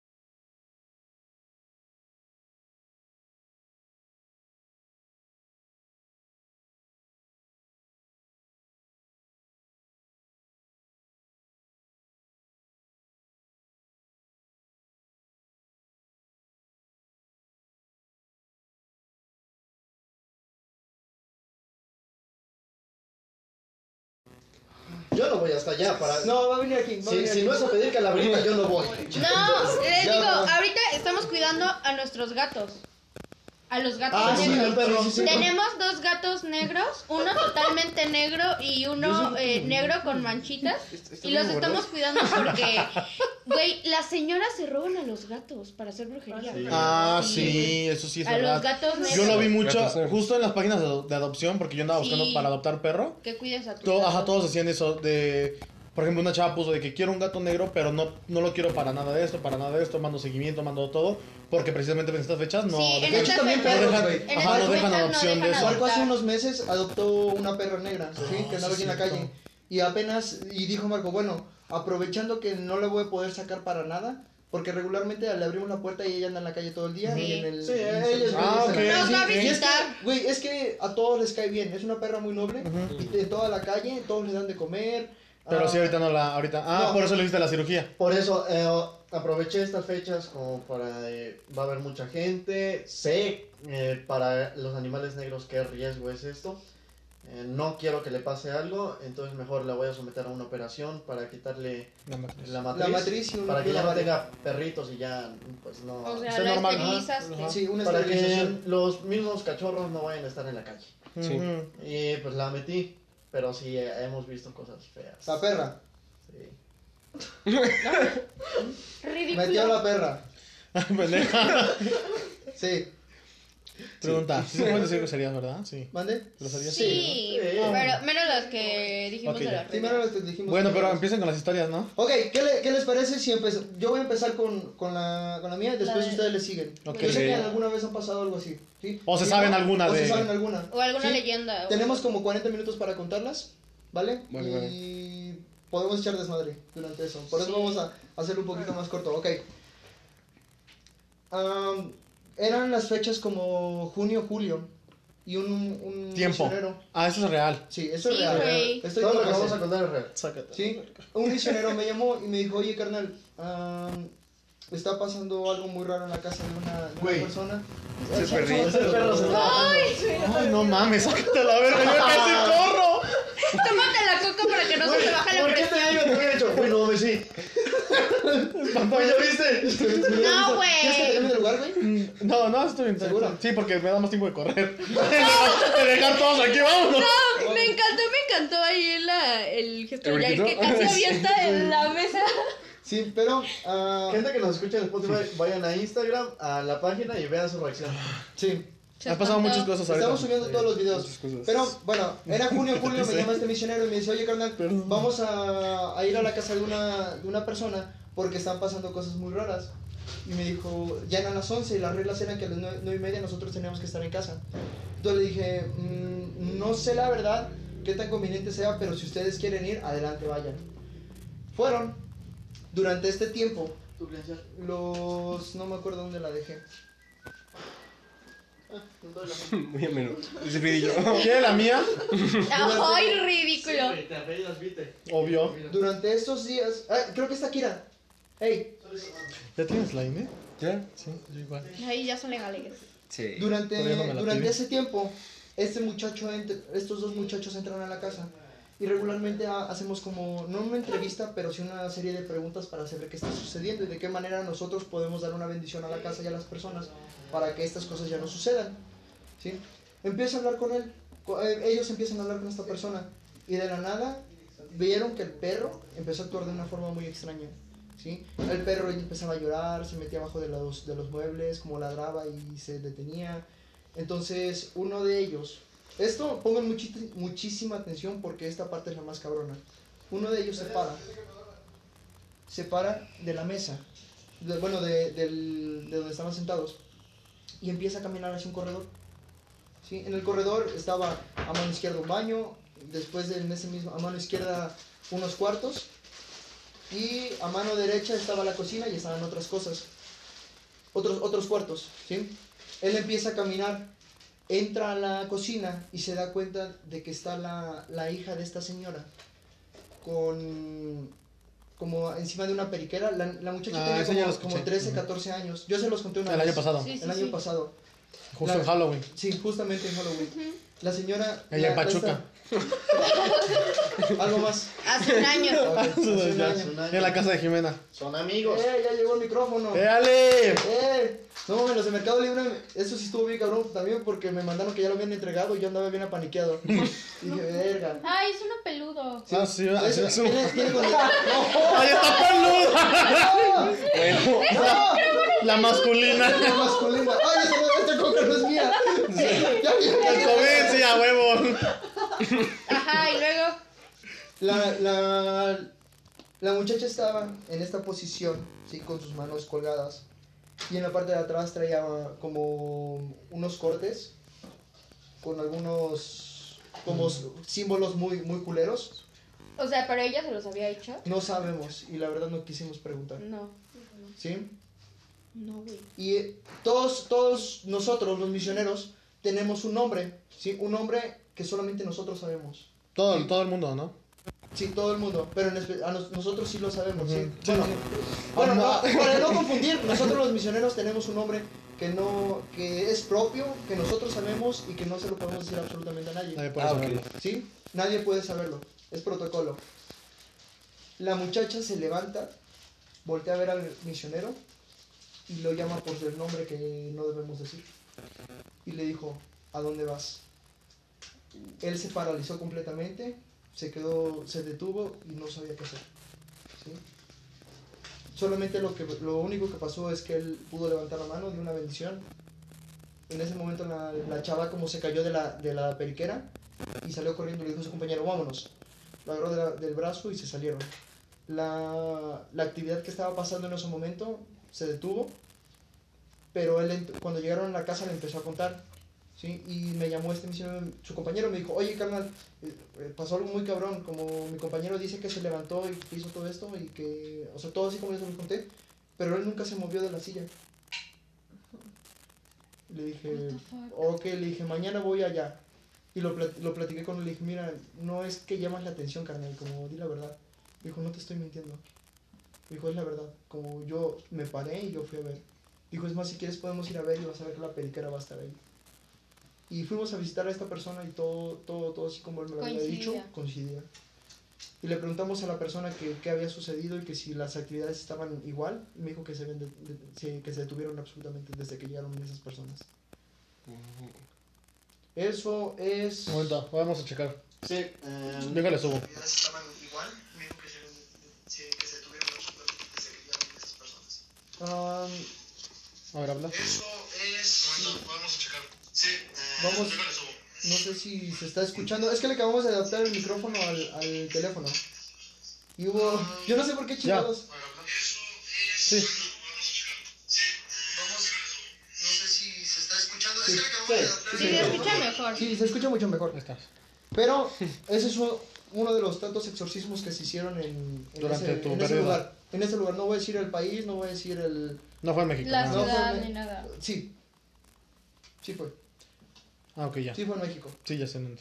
Speaker 2: Yo no voy hasta allá para.
Speaker 1: No, va a venir aquí. Va a
Speaker 2: si,
Speaker 1: venir
Speaker 2: si
Speaker 1: aquí.
Speaker 2: no es a pedir calabrita, yo no voy.
Speaker 3: No, les
Speaker 1: Ya,
Speaker 3: digo,
Speaker 1: no.
Speaker 3: ahorita estamos cuidando a nuestros gatos. A los gatos
Speaker 1: Ah, sí,
Speaker 3: negros.
Speaker 1: el perro. sí, sí.
Speaker 3: Tenemos dos gatos negros, uno totalmente negro y uno eh, negro con manchitas.
Speaker 5: Este
Speaker 3: Y los estamos cuidando porque, güey, las señoras se roban a los gatos para hacer brujería.
Speaker 2: Sí.
Speaker 4: Ah, sí, eso sí es
Speaker 3: A los
Speaker 4: verdad.
Speaker 3: gatos negros.
Speaker 4: Yo lo vi mucho
Speaker 5: Gatos negros.
Speaker 4: justo en las páginas de, de adopción porque yo andaba buscando
Speaker 3: Sí.
Speaker 4: para adoptar perro.
Speaker 3: Que cuides a tu
Speaker 4: To- ajá, todos decían eso de... Por ejemplo, una chava puso de que quiero un gato negro, pero no, no lo quiero para nada de esto, para nada de esto, mando seguimiento, mando todo, porque precisamente en estas fechas no...
Speaker 3: Sí, en
Speaker 4: dejan-
Speaker 1: hecho,
Speaker 3: estas
Speaker 1: también
Speaker 3: fechas-
Speaker 1: perros,
Speaker 4: no
Speaker 1: güey.
Speaker 3: en
Speaker 4: dejan,
Speaker 3: estas
Speaker 4: ajá, no dejan
Speaker 3: fechas no
Speaker 4: adopción de
Speaker 3: dejan
Speaker 4: eso.
Speaker 1: Marco hace
Speaker 3: adoptar.
Speaker 1: unos meses adoptó una perra negra, ¿sí?
Speaker 4: Ah,
Speaker 1: que andaba aquí
Speaker 4: sí,
Speaker 1: en la
Speaker 4: cierto.
Speaker 1: calle. Y apenas, y dijo Marco, bueno, aprovechando que no le voy a poder sacar para nada, porque regularmente le abrimos la puerta y ella anda en la calle todo el día.
Speaker 3: Sí.
Speaker 1: Y en el,
Speaker 2: Sí,
Speaker 1: y
Speaker 2: ella
Speaker 1: se-
Speaker 2: es
Speaker 4: Ah, ok.
Speaker 3: Nos va a
Speaker 1: Y
Speaker 4: sí,
Speaker 1: es que,
Speaker 4: sí.
Speaker 3: visitar.
Speaker 1: güey, es que a todos les cae bien. Es una perra muy noble.
Speaker 4: Ujú.
Speaker 1: Y de toda la calle, todos le dan de comer.
Speaker 4: Pero
Speaker 2: Ah.
Speaker 4: sí, ahorita no la. Ahorita. Ah,
Speaker 2: No.
Speaker 4: por eso le hiciste la cirugía.
Speaker 2: Por eso, eh, aproveché estas fechas como para... eh, va a haber mucha gente. Sé eh, para los animales negros qué riesgo es esto. Eh, no quiero que le pase algo, entonces mejor la voy a someter a una operación para quitarle
Speaker 4: No me acuerdo.
Speaker 2: la matriz.
Speaker 1: matriz y una
Speaker 2: para que ya no
Speaker 1: pila
Speaker 2: tenga perritos y ya, pues no...
Speaker 3: O sea,
Speaker 4: Eso es
Speaker 3: lo
Speaker 4: normal, ajá,
Speaker 3: esterilizaste.
Speaker 4: ajá.
Speaker 1: Sí, una
Speaker 2: para que
Speaker 1: esterilización.
Speaker 2: los mismos cachorros no vayan a estar en la calle.
Speaker 5: Sí.
Speaker 4: Ujú.
Speaker 2: Y pues la metí, pero sí eh, hemos visto cosas feas.
Speaker 1: La perra.
Speaker 2: Sí.
Speaker 1: Metió a
Speaker 3: Ridículo.
Speaker 1: la perra.
Speaker 4: Ay, pendeja.
Speaker 1: Sí.
Speaker 4: Pregunta. Sí. se pueden decir groserías, ¿verdad? Sí.
Speaker 1: ¿Mande?
Speaker 4: Groserías.
Speaker 3: Sí,
Speaker 2: Sí.
Speaker 3: pero menos los que dijimos
Speaker 4: Ok,
Speaker 3: de
Speaker 4: ya.
Speaker 3: las
Speaker 1: Primero
Speaker 3: reglas.
Speaker 1: lo que dijimos.
Speaker 4: Bueno,
Speaker 1: primero.
Speaker 4: pero empiecen con las historias, ¿no?
Speaker 1: Ok, ¿qué, le- qué les parece si empezamos? Yo voy a empezar con, con, la, con la mía y después
Speaker 3: La de-
Speaker 1: ustedes le siguen.
Speaker 4: Ok.
Speaker 1: Yo sé que alguna vez han pasado algo así. ¿sí?
Speaker 4: O se
Speaker 1: ¿Sí,
Speaker 4: saben
Speaker 1: no?
Speaker 4: alguna
Speaker 1: o
Speaker 4: de-
Speaker 1: se saben alguna.
Speaker 3: O alguna
Speaker 1: Sí.
Speaker 3: leyenda. o-
Speaker 1: Tenemos como 40 minutos para contarlas, ¿vale?
Speaker 5: Vale,
Speaker 1: y podemos echar desmadre durante eso. Por eso
Speaker 3: Sí.
Speaker 1: vamos a hacerlo un poquito más corto. Ok. Am, eran las fechas como junio, julio. Y un, un
Speaker 4: Tiempo.
Speaker 1: misionero.
Speaker 4: Ah, eso es real.
Speaker 1: Sí, eso es
Speaker 3: Sí,
Speaker 1: real.
Speaker 3: güey.
Speaker 1: Estoy
Speaker 2: Todo lo
Speaker 1: con
Speaker 2: que vamos
Speaker 1: José.
Speaker 2: a contar es real.
Speaker 4: Sácate.
Speaker 1: Sí, un misionero me llamó y me dijo, oye carnal, am, está pasando algo muy raro en la casa de una, de una
Speaker 4: Güey.
Speaker 1: persona.
Speaker 5: Se
Speaker 1: Eh, son-
Speaker 5: perdió.
Speaker 1: son- son-
Speaker 2: Pero se está-
Speaker 4: Ay, no mames, sácate a la verga. Yo casi corro.
Speaker 3: Tómate la coca para que no se te baje la
Speaker 2: ¿Por qué
Speaker 3: presión.
Speaker 2: te digo? Te hubiera dicho, uy, no, me sí. Oye, ¿viste?
Speaker 1: ¿Quieres
Speaker 3: No,
Speaker 1: que te
Speaker 3: güey.
Speaker 1: cambie de lugar, güey?
Speaker 4: Mm, No, no, estoy bien.
Speaker 1: ¿Seguro?
Speaker 4: Sí, porque me da más tiempo de correr. De dejar todos aquí, vámonos.
Speaker 3: Me encantó, me encantó ahí la, el gesto
Speaker 5: ¿El
Speaker 3: ya, el que
Speaker 5: grito?
Speaker 3: casi
Speaker 5: Sí.
Speaker 3: abierta en la mesa.
Speaker 1: Sí, pero... ah,
Speaker 2: Gente que nos escucha en Spotify, vayan a Instagram, a la página y vean su reacción.
Speaker 1: sí,
Speaker 3: Se
Speaker 4: Ha pasado muchas
Speaker 3: espantó.
Speaker 4: cosas ahorita.
Speaker 1: estamos subiendo todos los videos.
Speaker 5: muchas cosas.
Speaker 1: Pero bueno, era junio, julio, me llama este misionero y me dice, oye carnal,
Speaker 4: Perdón.
Speaker 1: vamos a, a ir a la casa de una, de una persona porque están pasando cosas muy raras. Y me dijo, ya eran las 11 y las reglas eran que a las 9, y media nosotros teníamos que estar en casa. Entonces le dije, "Mm, no sé la verdad qué tan conveniente sea, pero si ustedes quieren ir, adelante vayan. Fueron, durante este tiempo, los... no me acuerdo dónde la dejé.
Speaker 5: Muy ameno. Ese vidillo.
Speaker 4: ¿Quiere la mía?
Speaker 3: Ay, ridículo.
Speaker 2: Te apellidas, viste.
Speaker 4: Obvio.
Speaker 1: Durante estos días... ah, creo que está Kira. Hey,
Speaker 4: ¿Ya tienes la INE?
Speaker 5: ¿Ya?
Speaker 4: Sí, yo igual.
Speaker 3: Ahí ya son legales.
Speaker 5: Sí.
Speaker 1: Durante,
Speaker 4: Todavía no me la
Speaker 1: durante
Speaker 4: pide.
Speaker 1: ese tiempo, este muchacho entra- estos dos muchachos entran a la casa y regularmente ha- hacemos como, no una entrevista, pero sí una serie de preguntas para saber qué está sucediendo y de qué manera nosotros podemos dar una bendición a la casa y a las personas para que estas cosas ya no sucedan. ¿sí? Empieza a hablar con él, co- eh, ellos empiezan a hablar con esta persona y de la nada vieron que el perro empezó a actuar de una forma muy extraña. ¿sí? El perro empezaba a llorar, se metía abajo de los, de los muebles, como ladraba y se detenía. Entonces, uno de ellos, esto pongan muchi- muchísima atención porque esta parte es la más cabrona. Uno de ellos se para, se para de la mesa, de- bueno, de, del- de donde estaban sentados, y empieza a caminar hacia un corredor. ¿Sí? En el corredor estaba a mano izquierda un baño, después de- en ese mismo, a mano izquierda unos cuartos, y a mano derecha estaba la cocina y estaban otras cosas, otros, otros cuartos, ¿sí? Él empieza a caminar, entra a la cocina y se da cuenta de que está la, la hija de esta señora con como encima de una periquera. La, la muchacha
Speaker 4: Ah, eso ya
Speaker 1: tenía
Speaker 4: lo
Speaker 1: como, como
Speaker 4: escuché.
Speaker 1: 13, 14 años. Yo se los conté una
Speaker 4: El
Speaker 1: vez.
Speaker 4: año pasado.
Speaker 3: Sí, sí,
Speaker 1: El año
Speaker 3: sí.
Speaker 1: pasado.
Speaker 4: Justo
Speaker 1: Claro.
Speaker 4: en Halloween.
Speaker 1: Sí, justamente en Halloween. La señora.
Speaker 4: Ella en
Speaker 1: la- la
Speaker 4: Pachuca.
Speaker 1: esta- Algo más.
Speaker 3: Hace un año.
Speaker 1: Ok, hace un
Speaker 4: Ya,
Speaker 1: año.
Speaker 4: En la casa de Jimena.
Speaker 2: Son amigos.
Speaker 1: Eh, ya llegó el micrófono.
Speaker 4: ¡Eh, Ale!
Speaker 1: Eh, no mames, los de Mercado Libre, eso sí estuvo bien cabrón también porque me mandaron que ya lo habían entregado y yo andaba bien apaniqueado. Y dije, verga.
Speaker 3: Ay, es uno peludo.
Speaker 4: Ah, sí, ah, sí.
Speaker 1: Eso, tiene- tiene con- ¡No!
Speaker 4: ¡Ay, está peluda!
Speaker 5: Bueno.
Speaker 1: ¡No!
Speaker 4: La masculina.
Speaker 1: La masculina. ¡Ay, esta, esta coca no es mía! Ya, ya,
Speaker 4: El
Speaker 1: ya.
Speaker 4: COVID, sí, a huevo.
Speaker 3: Ajá, y luego.
Speaker 1: La, la, la muchacha estaba en esta posición, ¿sí? con sus manos colgadas. Y en la parte de atrás traía como unos cortes con algunos como s- símbolos muy, muy culeros.
Speaker 3: O sea, pero ella se los había hecho.
Speaker 1: No sabemos y la verdad no quisimos preguntar.
Speaker 3: No,
Speaker 1: ¿sí?
Speaker 3: no, güey.
Speaker 1: Y eh, todos, todos nosotros, los misioneros, tenemos un nombre. ¿sí? Un nombre que solamente nosotros sabemos.
Speaker 4: Todo, todo el mundo, ¿no?
Speaker 1: Sí, todo el mundo, pero en espe- a nos- nosotros sí lo sabemos, sí.
Speaker 4: Ujú. Sí,
Speaker 1: Bueno,
Speaker 4: sí.
Speaker 1: bueno,
Speaker 4: Ah,
Speaker 1: no, para no confundir, nosotros los misioneros tenemos un nombre que no que es propio, que nosotros sabemos y que no se lo podemos decir absolutamente a
Speaker 4: Nadie
Speaker 1: nadie.
Speaker 4: puede
Speaker 5: Ah,
Speaker 4: saberlo.
Speaker 5: ok.
Speaker 1: ¿Sí? Nadie puede saberlo. Es protocolo. La muchacha se levanta, voltea a ver al misionero y lo llama por el nombre que no debemos decir. Y le dijo, ¿a dónde vas? Él se paralizó completamente, se quedó, se detuvo y no sabía qué hacer. ¿sí? Solamente lo, que, lo único que pasó es que él pudo levantar la mano, dio una bendición. En ese momento la, la chava como se cayó de la, de la periquera y salió corriendo y le dijo a su compañero, vámonos. Lo agarró de la- del brazo y se salieron. La, la actividad que estaba pasando en ese momento se detuvo, pero él ent- cuando llegaron a la casa le empezó a contar. ¿sí? Y me llamó este misionero, su compañero me dijo, oye carnal, eh, eh, pasó algo muy cabrón, como mi compañero dice que se levantó y hizo todo esto y que, o sea, todo así como yo se lo conté, pero él nunca se movió de la silla. Le dije, ok, le dije, mañana voy allá. Y lo, plat- lo platiqué con él, le dije, mira, no es que llamas la atención, carnal, como di la verdad. Me dijo, no te estoy mintiendo. Me dijo, es la verdad, como yo me paré y yo fui a ver. Dijo, es más, si quieres podemos ir a ver y vas a ver que la periquera va a estar ahí. Y fuimos a visitar a esta persona y todo, todo, todo así como él me lo había dicho,
Speaker 3: Coincidía.
Speaker 1: coincidía. Y le preguntamos a la persona que, qué había sucedido y que si las actividades estaban igual. y Me dijo que se, habían de- de- se- que se detuvieron absolutamente desde que llegaron esas personas. Eso es...
Speaker 4: Un momento, vamos a checar.
Speaker 2: Sí, eh,
Speaker 4: Venga, le subo.
Speaker 1: estaban igual, me dijo que se, que se tuvieron absolutamente que se llevaron esas personas. um,
Speaker 4: A ver, habla.
Speaker 1: eso es.
Speaker 2: Vamos a checar. Sí,
Speaker 1: Vamos. No sé si se está escuchando. Es que le acabamos de adaptar el micrófono al, al teléfono. Y hubo. Yo no sé por qué chingados.
Speaker 4: Sí.
Speaker 1: No sé si se está escuchando. Es que le acabamos adaptar
Speaker 2: de
Speaker 3: Sí, se escucha mejor.
Speaker 1: Sí, se escucha mucho mejor.
Speaker 4: Ahí está.
Speaker 1: Pero ese es u- uno de los tantos exorcismos que se hicieron en, en
Speaker 4: Durante
Speaker 1: ese,
Speaker 4: tu
Speaker 1: en ese
Speaker 4: periodo.
Speaker 1: lugar. En ese lugar. No voy a decir el país, no voy a decir el.
Speaker 4: No fue en México.
Speaker 3: La
Speaker 4: no.
Speaker 1: ciudad.
Speaker 3: ciudad
Speaker 1: fue-
Speaker 3: ni nada.
Speaker 1: Sí. Sí fue.
Speaker 4: Ah, ok, ya.
Speaker 1: Sí fue en México.
Speaker 4: Sí, ya sé dónde.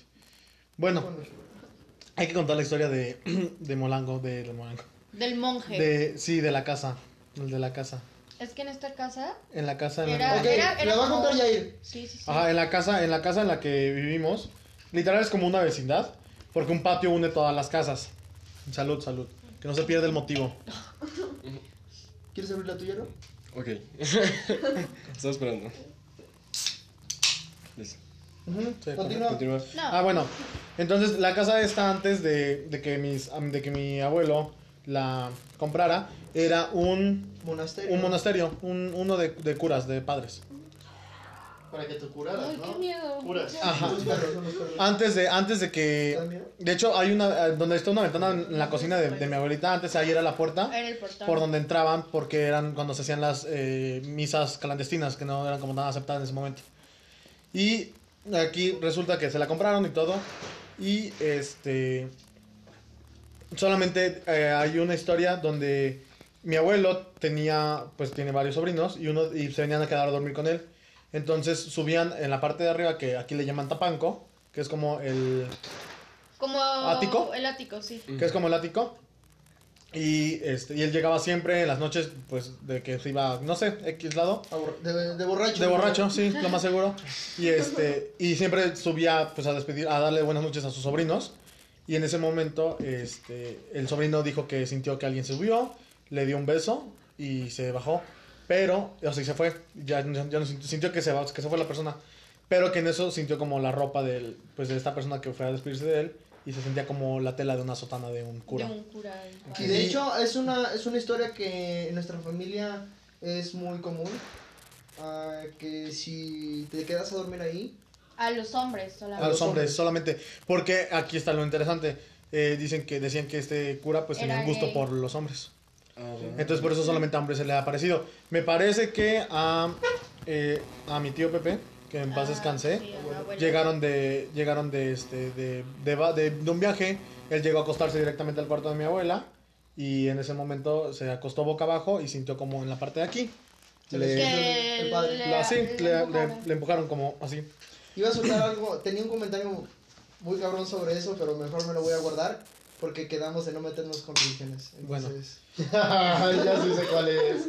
Speaker 4: Bueno,
Speaker 1: Fue en México.
Speaker 4: hay que contar la historia de, de Molango, de, de Molango.
Speaker 3: Del monje.
Speaker 4: De, sí, de la casa. El de la casa.
Speaker 3: Es que en esta casa.
Speaker 4: En la casa en la
Speaker 3: Era-
Speaker 1: Ok,
Speaker 3: Ah, era-
Speaker 1: la va a
Speaker 3: como-
Speaker 1: contar Yair.
Speaker 3: Sí, sí, sí.
Speaker 4: Ajá, en la casa, en la casa en la que vivimos, literal es como una vecindad, porque un patio une todas las casas. Salud, salud. Que no se pierda el motivo.
Speaker 1: ¿Quieres abrir la tuya, no?
Speaker 5: Ok. Estaba esperando. Listo.
Speaker 4: Sí,
Speaker 1: Continúa.
Speaker 5: Continúa.
Speaker 3: No.
Speaker 4: Ah, bueno. Entonces, la casa esta antes de, de que mis am- de que mi abuelo la comprara era un
Speaker 1: Monasterio.
Speaker 4: un monasterio, un- uno de, de curas, de padres.
Speaker 2: Para que te curaras,
Speaker 3: Ay,
Speaker 2: ¿no?
Speaker 3: qué miedo.
Speaker 2: Curas.
Speaker 4: Ajá.
Speaker 1: Los perros, son los perros.
Speaker 4: Antes de antes de que de hecho hay una eh, donde está una ventana en la cocina de, de mi abuelita, antes ahí era la puerta.
Speaker 3: Era el portón.
Speaker 4: por donde entraban porque eran cuando se hacían las eh, misas clandestinas que no eran como tan aceptadas en ese momento. Y aquí resulta que se la compraron y todo. Y este. Solamente eh, hay una historia donde mi abuelo tenía, pues tiene varios sobrinos y, uno, y se venían a quedar a dormir con él. Entonces subían en la parte de arriba que aquí le llaman tapanco, que es como el,
Speaker 3: Como.
Speaker 4: ¿Ático?
Speaker 3: El ático, sí.
Speaker 4: que es como el ático. Y, este, y él llegaba siempre en las noches, pues, de que se iba, no sé, X lado.
Speaker 1: Abor- De, de borracho.
Speaker 4: De borracho, sí, lo más seguro. Y, este, y siempre subía, pues, a despedir, a darle buenas noches a sus sobrinos. Y en ese momento, este, el sobrino dijo que sintió que alguien subió, le dio un beso y se bajó. Pero, o sea, y se fue. Ya, ya- ya no sintió, sintió que, se, va- que se fue la persona. Pero que en eso sintió como la ropa del, pues, de esta persona que fue a despedirse de él. Y se sentía como la tela de una sotana de un cura.
Speaker 3: De un cura. ahí.
Speaker 1: Y de hecho, es una, es una historia que en nuestra familia es muy común. Ah, que si te quedas a dormir ahí,
Speaker 3: A los hombres
Speaker 4: a
Speaker 3: solamente.
Speaker 4: los hombres solamente porque aquí está lo interesante eh, dicen que decían que este cura pues tenía
Speaker 3: Era
Speaker 4: un gusto
Speaker 3: gay.
Speaker 4: por los hombres
Speaker 5: Ah, va.
Speaker 4: entonces por eso solamente a hombres se le ha parecido me parece que a eh, a mi tío Pepe que en paz
Speaker 3: Ah,
Speaker 4: descanse
Speaker 3: sí, a mi abuelo.
Speaker 4: llegaron de llegaron de este de, de va- de- de un viaje él llegó a acostarse directamente al cuarto de mi abuela y en ese momento se acostó boca abajo y sintió como en la parte de aquí
Speaker 1: Se le-
Speaker 4: le,
Speaker 3: Pues Que
Speaker 1: El padre.
Speaker 3: le-
Speaker 4: la- sí,
Speaker 3: le
Speaker 4: le-
Speaker 3: empujaron.
Speaker 4: le- le empujaron como así
Speaker 1: iba a soltar algo. Tenía un comentario muy cabrón sobre eso, pero mejor me lo voy a guardar. porque quedamos de no meternos con religiones.
Speaker 4: Bueno.
Speaker 1: Entonces,
Speaker 2: ya sí sé cuál es.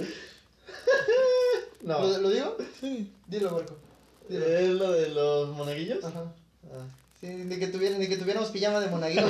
Speaker 1: ¿lo,
Speaker 2: No.
Speaker 1: lo digo? Sí. Dilo, Marco. Dilo.
Speaker 2: ¿Es lo de los monaguillos?
Speaker 1: Ajá.
Speaker 2: Ah.
Speaker 1: Sí, ni que, tuviera, ni que tuviéramos pijama de monaguillo.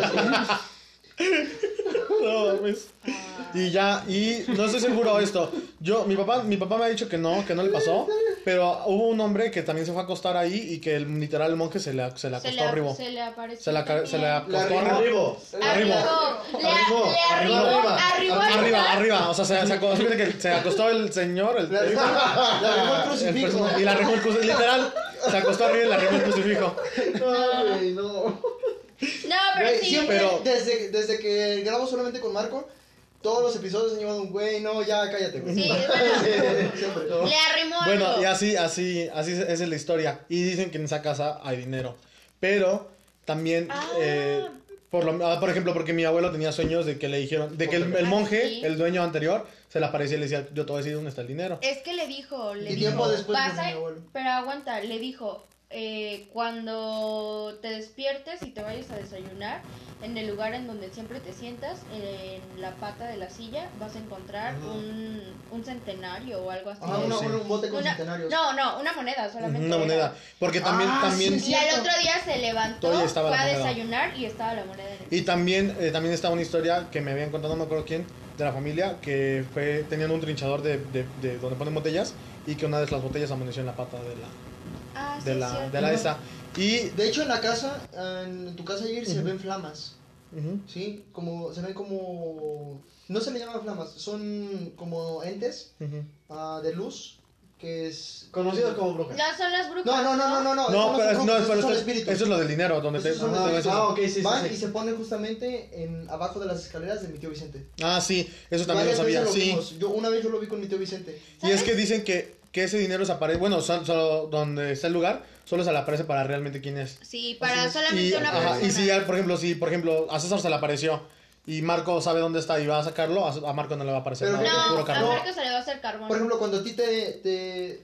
Speaker 4: No, pues.
Speaker 3: Ah.
Speaker 4: Y ya, y no estoy seguro de esto. Yo, mi papá, mi papá me ha dicho que no, que no le pasó. Pero hubo un hombre que también se fue a acostar ahí y que el, literal el monje se le, se le
Speaker 3: Se
Speaker 4: acostó
Speaker 3: le,
Speaker 4: arriba.
Speaker 3: se le apareció.
Speaker 4: Se la ca-
Speaker 3: también.
Speaker 4: se la-
Speaker 2: La
Speaker 4: Costó
Speaker 2: arriba. arriba.
Speaker 3: Arribó.
Speaker 2: Arribó.
Speaker 3: Le, le
Speaker 2: Arribó,
Speaker 3: arribó.
Speaker 2: arriba.
Speaker 3: Arribó.
Speaker 4: Arriba, arriba. O sea, se, se acostó, fíjate que se acostó el señor. El,
Speaker 1: La
Speaker 4: el-
Speaker 1: rima, la rima el
Speaker 4: el
Speaker 1: crucifijo.
Speaker 4: personaje, y la arrimó el crucifijo. Literal, se acostó arriba y la arrimó el crucifijo.
Speaker 2: Ay, no.
Speaker 3: No, pero
Speaker 1: Güey,
Speaker 3: sí.
Speaker 1: siempre,
Speaker 4: pero-
Speaker 1: desde, desde que grabo solamente con Marco, todos los episodios han llevado un güey, no, ya cállate, güey.
Speaker 3: Sí, bueno,
Speaker 1: Siempre.
Speaker 3: le arrimó
Speaker 4: Bueno,
Speaker 3: algo.
Speaker 4: y así, así, así es- esa es la historia. Y dicen que en esa casa hay dinero. Pero también,
Speaker 3: Ah.
Speaker 4: eh, por, lo- ah, por ejemplo, porque mi abuelo tenía sueños de que le dijeron, de que el, el
Speaker 3: Ah,
Speaker 4: monje,
Speaker 3: sí.
Speaker 4: el dueño anterior, se le aparecía y le decía, yo te voy a decir dónde está el dinero.
Speaker 3: Es que le dijo, le
Speaker 1: Y
Speaker 3: dijo,
Speaker 1: tiempo después
Speaker 3: vas
Speaker 1: murió
Speaker 3: a-
Speaker 1: mi abuelo.
Speaker 3: pero aguanta, le dijo, eh, cuando te despiertes y te vayas a desayunar, en el lugar en donde siempre te sientas, en la pata de la silla, vas a encontrar
Speaker 2: Ajá.
Speaker 3: un, un centenario o algo así.
Speaker 1: Ah,
Speaker 4: no,
Speaker 1: una-
Speaker 4: sí.
Speaker 1: una- un bote con
Speaker 3: Una-
Speaker 1: centenarios.
Speaker 3: no, no, una moneda solamente.
Speaker 4: Una
Speaker 3: era.
Speaker 4: moneda. Porque también,
Speaker 1: Ah,
Speaker 4: también,
Speaker 1: sí,
Speaker 3: Y al otro día se levantó,
Speaker 4: Todavía
Speaker 3: fue
Speaker 4: estaba la
Speaker 3: a
Speaker 4: moneda.
Speaker 3: desayunar y estaba la moneda en el
Speaker 4: y también, eh, también estaba una historia que me habían contado, no me acuerdo quién, de la familia, que fue, tenían un trinchador de, de- de donde ponen botellas y que una de las botellas amaneció en la pata de la,
Speaker 3: Ah, sí,
Speaker 4: de
Speaker 3: es
Speaker 4: la,
Speaker 3: cierto.
Speaker 4: de la esa. Y,
Speaker 1: De hecho, en la casa, en tu casa ayer se
Speaker 4: Ujú.
Speaker 1: ven flamas.
Speaker 4: ujú,
Speaker 1: Sí, como se ven como no se le llaman flamas, son como entes
Speaker 4: ujú.
Speaker 1: ah, de luz que es
Speaker 2: Conocidos como brujas.
Speaker 3: No son las brujas.
Speaker 1: No, no, no, no, no, no,
Speaker 4: No, pero,
Speaker 1: esos son brujos,
Speaker 4: no, pero
Speaker 1: esos son
Speaker 4: esto-
Speaker 1: espíritus.
Speaker 4: eso es lo del dinero, donde te...
Speaker 1: Esos son
Speaker 4: ah,
Speaker 1: los-
Speaker 4: eso-
Speaker 2: Ah, ok, sí, sí.
Speaker 1: Van
Speaker 2: sí.
Speaker 1: y se ponen justamente en abajo de las escaleras de mi tío Vicente.
Speaker 4: ah, sí, eso también
Speaker 1: Varias
Speaker 4: lo sabía,
Speaker 1: veces
Speaker 4: sí.
Speaker 1: vimos. Yo una vez yo lo vi con mi tío Vicente.
Speaker 4: Y es que dicen que, que ese dinero se aparece, bueno, solo, solo donde está el lugar, solo se le aparece para realmente quién es.
Speaker 3: Sí, para solamente
Speaker 4: Y,
Speaker 3: una
Speaker 4: ajá,
Speaker 3: persona.
Speaker 4: y si, al- por ejemplo, si, por ejemplo, a César se le apareció y Marco sabe dónde está y va a sacarlo, a, a Marco no le va a aparecer
Speaker 1: Pero
Speaker 4: nada,
Speaker 1: fíjate,
Speaker 3: No,
Speaker 4: puro
Speaker 3: a
Speaker 4: carbón.
Speaker 3: Marco se le va a hacer carbón.
Speaker 1: Por ejemplo, cuando a ti te, te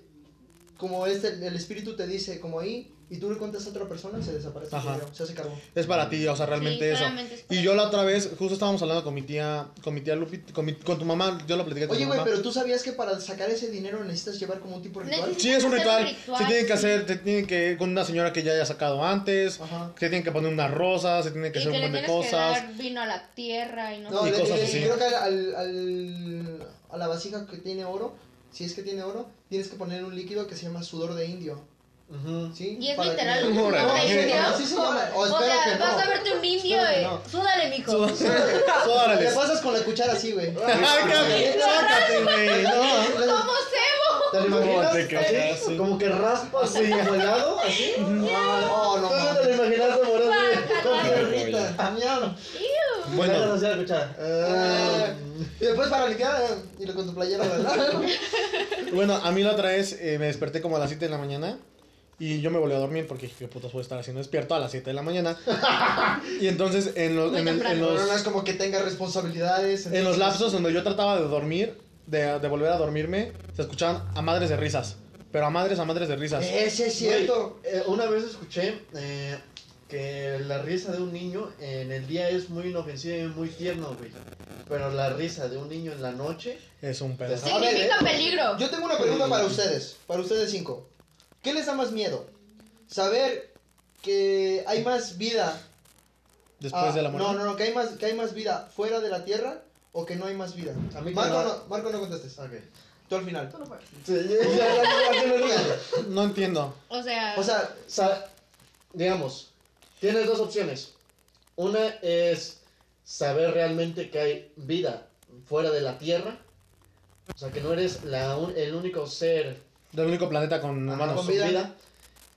Speaker 1: como este el espíritu te dice como ahí y tú le cuentas a otra persona se desaparece, el
Speaker 4: Ajá.
Speaker 1: dinero, se hace carbón.
Speaker 4: Es para ti, o sea, realmente
Speaker 3: Sí,
Speaker 4: eso.
Speaker 3: solamente es para
Speaker 4: Y yo la otra vez, justo estábamos hablando con mi tía, con mi tía Lupita, con, mi- con tu mamá, yo lo platiqué con
Speaker 1: Oye,
Speaker 4: tu
Speaker 1: güey,
Speaker 4: mamá.
Speaker 1: pero tú sabías que para sacar ese dinero necesitas llevar como un tipo de ritual.
Speaker 3: Necesitas-
Speaker 4: Sí, es un
Speaker 3: Hacer un
Speaker 4: ritual.
Speaker 3: ritual,
Speaker 4: se tienen
Speaker 3: sí.
Speaker 4: que hacer, te tienen que ir con una señora que ya haya sacado antes.
Speaker 1: Ajá.
Speaker 4: Se tienen que poner unas rosas, se tienen que
Speaker 3: y
Speaker 4: hacer
Speaker 3: que
Speaker 4: un
Speaker 3: le
Speaker 4: montón de
Speaker 3: tienes
Speaker 4: cosas.
Speaker 3: que dar vino a la tierra y no,
Speaker 1: No,
Speaker 4: Y
Speaker 1: le-
Speaker 4: cosas
Speaker 1: le-
Speaker 4: así.
Speaker 1: creo que al, al- al- a la vasija que tiene oro, si es que tiene oro, tienes que poner un líquido que se llama sudor de indio.
Speaker 2: Ujú.
Speaker 1: ¿Sí?
Speaker 3: Y es
Speaker 1: Para
Speaker 3: literal
Speaker 1: que-
Speaker 3: un
Speaker 5: Órale.
Speaker 3: sudor de
Speaker 1: Sí,
Speaker 3: indio.
Speaker 1: sí se llama. O
Speaker 3: O
Speaker 1: espero
Speaker 3: sea,
Speaker 1: que no.
Speaker 3: vas a verte un indio,
Speaker 1: Espero que
Speaker 3: eh.
Speaker 1: no.
Speaker 3: Súdale, mijo.
Speaker 4: Sú-
Speaker 1: Le
Speaker 4: Sódales.
Speaker 1: pasas con la cuchara así, güey.
Speaker 4: Ay, cabrón, sácate, güey, no.
Speaker 3: ¿Cómo cebo?
Speaker 1: ¿Te lo
Speaker 4: No,
Speaker 1: imaginas?
Speaker 4: te cagas, sí.
Speaker 2: Como que raspas
Speaker 4: Sí.
Speaker 2: como helado, así.
Speaker 1: No, no,
Speaker 2: ¿Cómo
Speaker 1: no.
Speaker 2: te lo imaginaste, morón?
Speaker 1: Con
Speaker 3: Guácala.
Speaker 1: perrita. Miau.
Speaker 4: Bueno,
Speaker 2: así la cuchara.
Speaker 1: Ah, Y después para limpiar, eh, y lo con tu playera, ¿verdad?
Speaker 4: bueno, a mí la otra vez eh, me desperté como a las 7 de la mañana y yo me volví a dormir porque dije, ¿qué putas voy a estar haciendo despierto a las 7 de la mañana? Y entonces en los,
Speaker 3: Muy
Speaker 4: en, el- en
Speaker 3: temprano.
Speaker 1: Pero
Speaker 4: los,
Speaker 1: no es como que tenga responsabilidades.
Speaker 4: en los lapsos donde yo trataba de dormir, de, de volver a dormirme, se escuchaban a madres de risas. Pero a madres, a madres de risas.
Speaker 1: Ese es cierto.
Speaker 2: Güey, eh, una vez escuché eh, que la risa de un niño en el día es muy inofensiva y muy tierno, güey. Pero la risa de un niño en la noche.
Speaker 4: Es un pedazo.
Speaker 2: A ver,
Speaker 4: eh.
Speaker 3: Significa peligro.
Speaker 1: Yo tengo una pregunta para ustedes, para ustedes cinco. ¿Qué les da más miedo? ¿Saber que hay más vida?
Speaker 4: Después
Speaker 1: ah,
Speaker 4: de la muerte.
Speaker 1: No, no, no, que hay más, que hay más vida fuera de la Tierra o que no hay más vida.
Speaker 2: A mí que
Speaker 1: Marco,
Speaker 2: no-
Speaker 1: no, Marco, no contestes.
Speaker 2: Ok.
Speaker 1: Tú al final.
Speaker 6: Tú no puedes.
Speaker 2: Sí, ya- ya- ya- ya- ya- ya- ya.
Speaker 4: No entiendo.
Speaker 3: O sea,
Speaker 1: O sea,
Speaker 2: O sea, digamos, tienes dos opciones. Una es saber realmente que hay vida fuera de la Tierra. O sea, que no eres la un- el único ser
Speaker 4: Del único planeta con
Speaker 2: Ajá,
Speaker 4: humanos.
Speaker 2: Ah, con vida.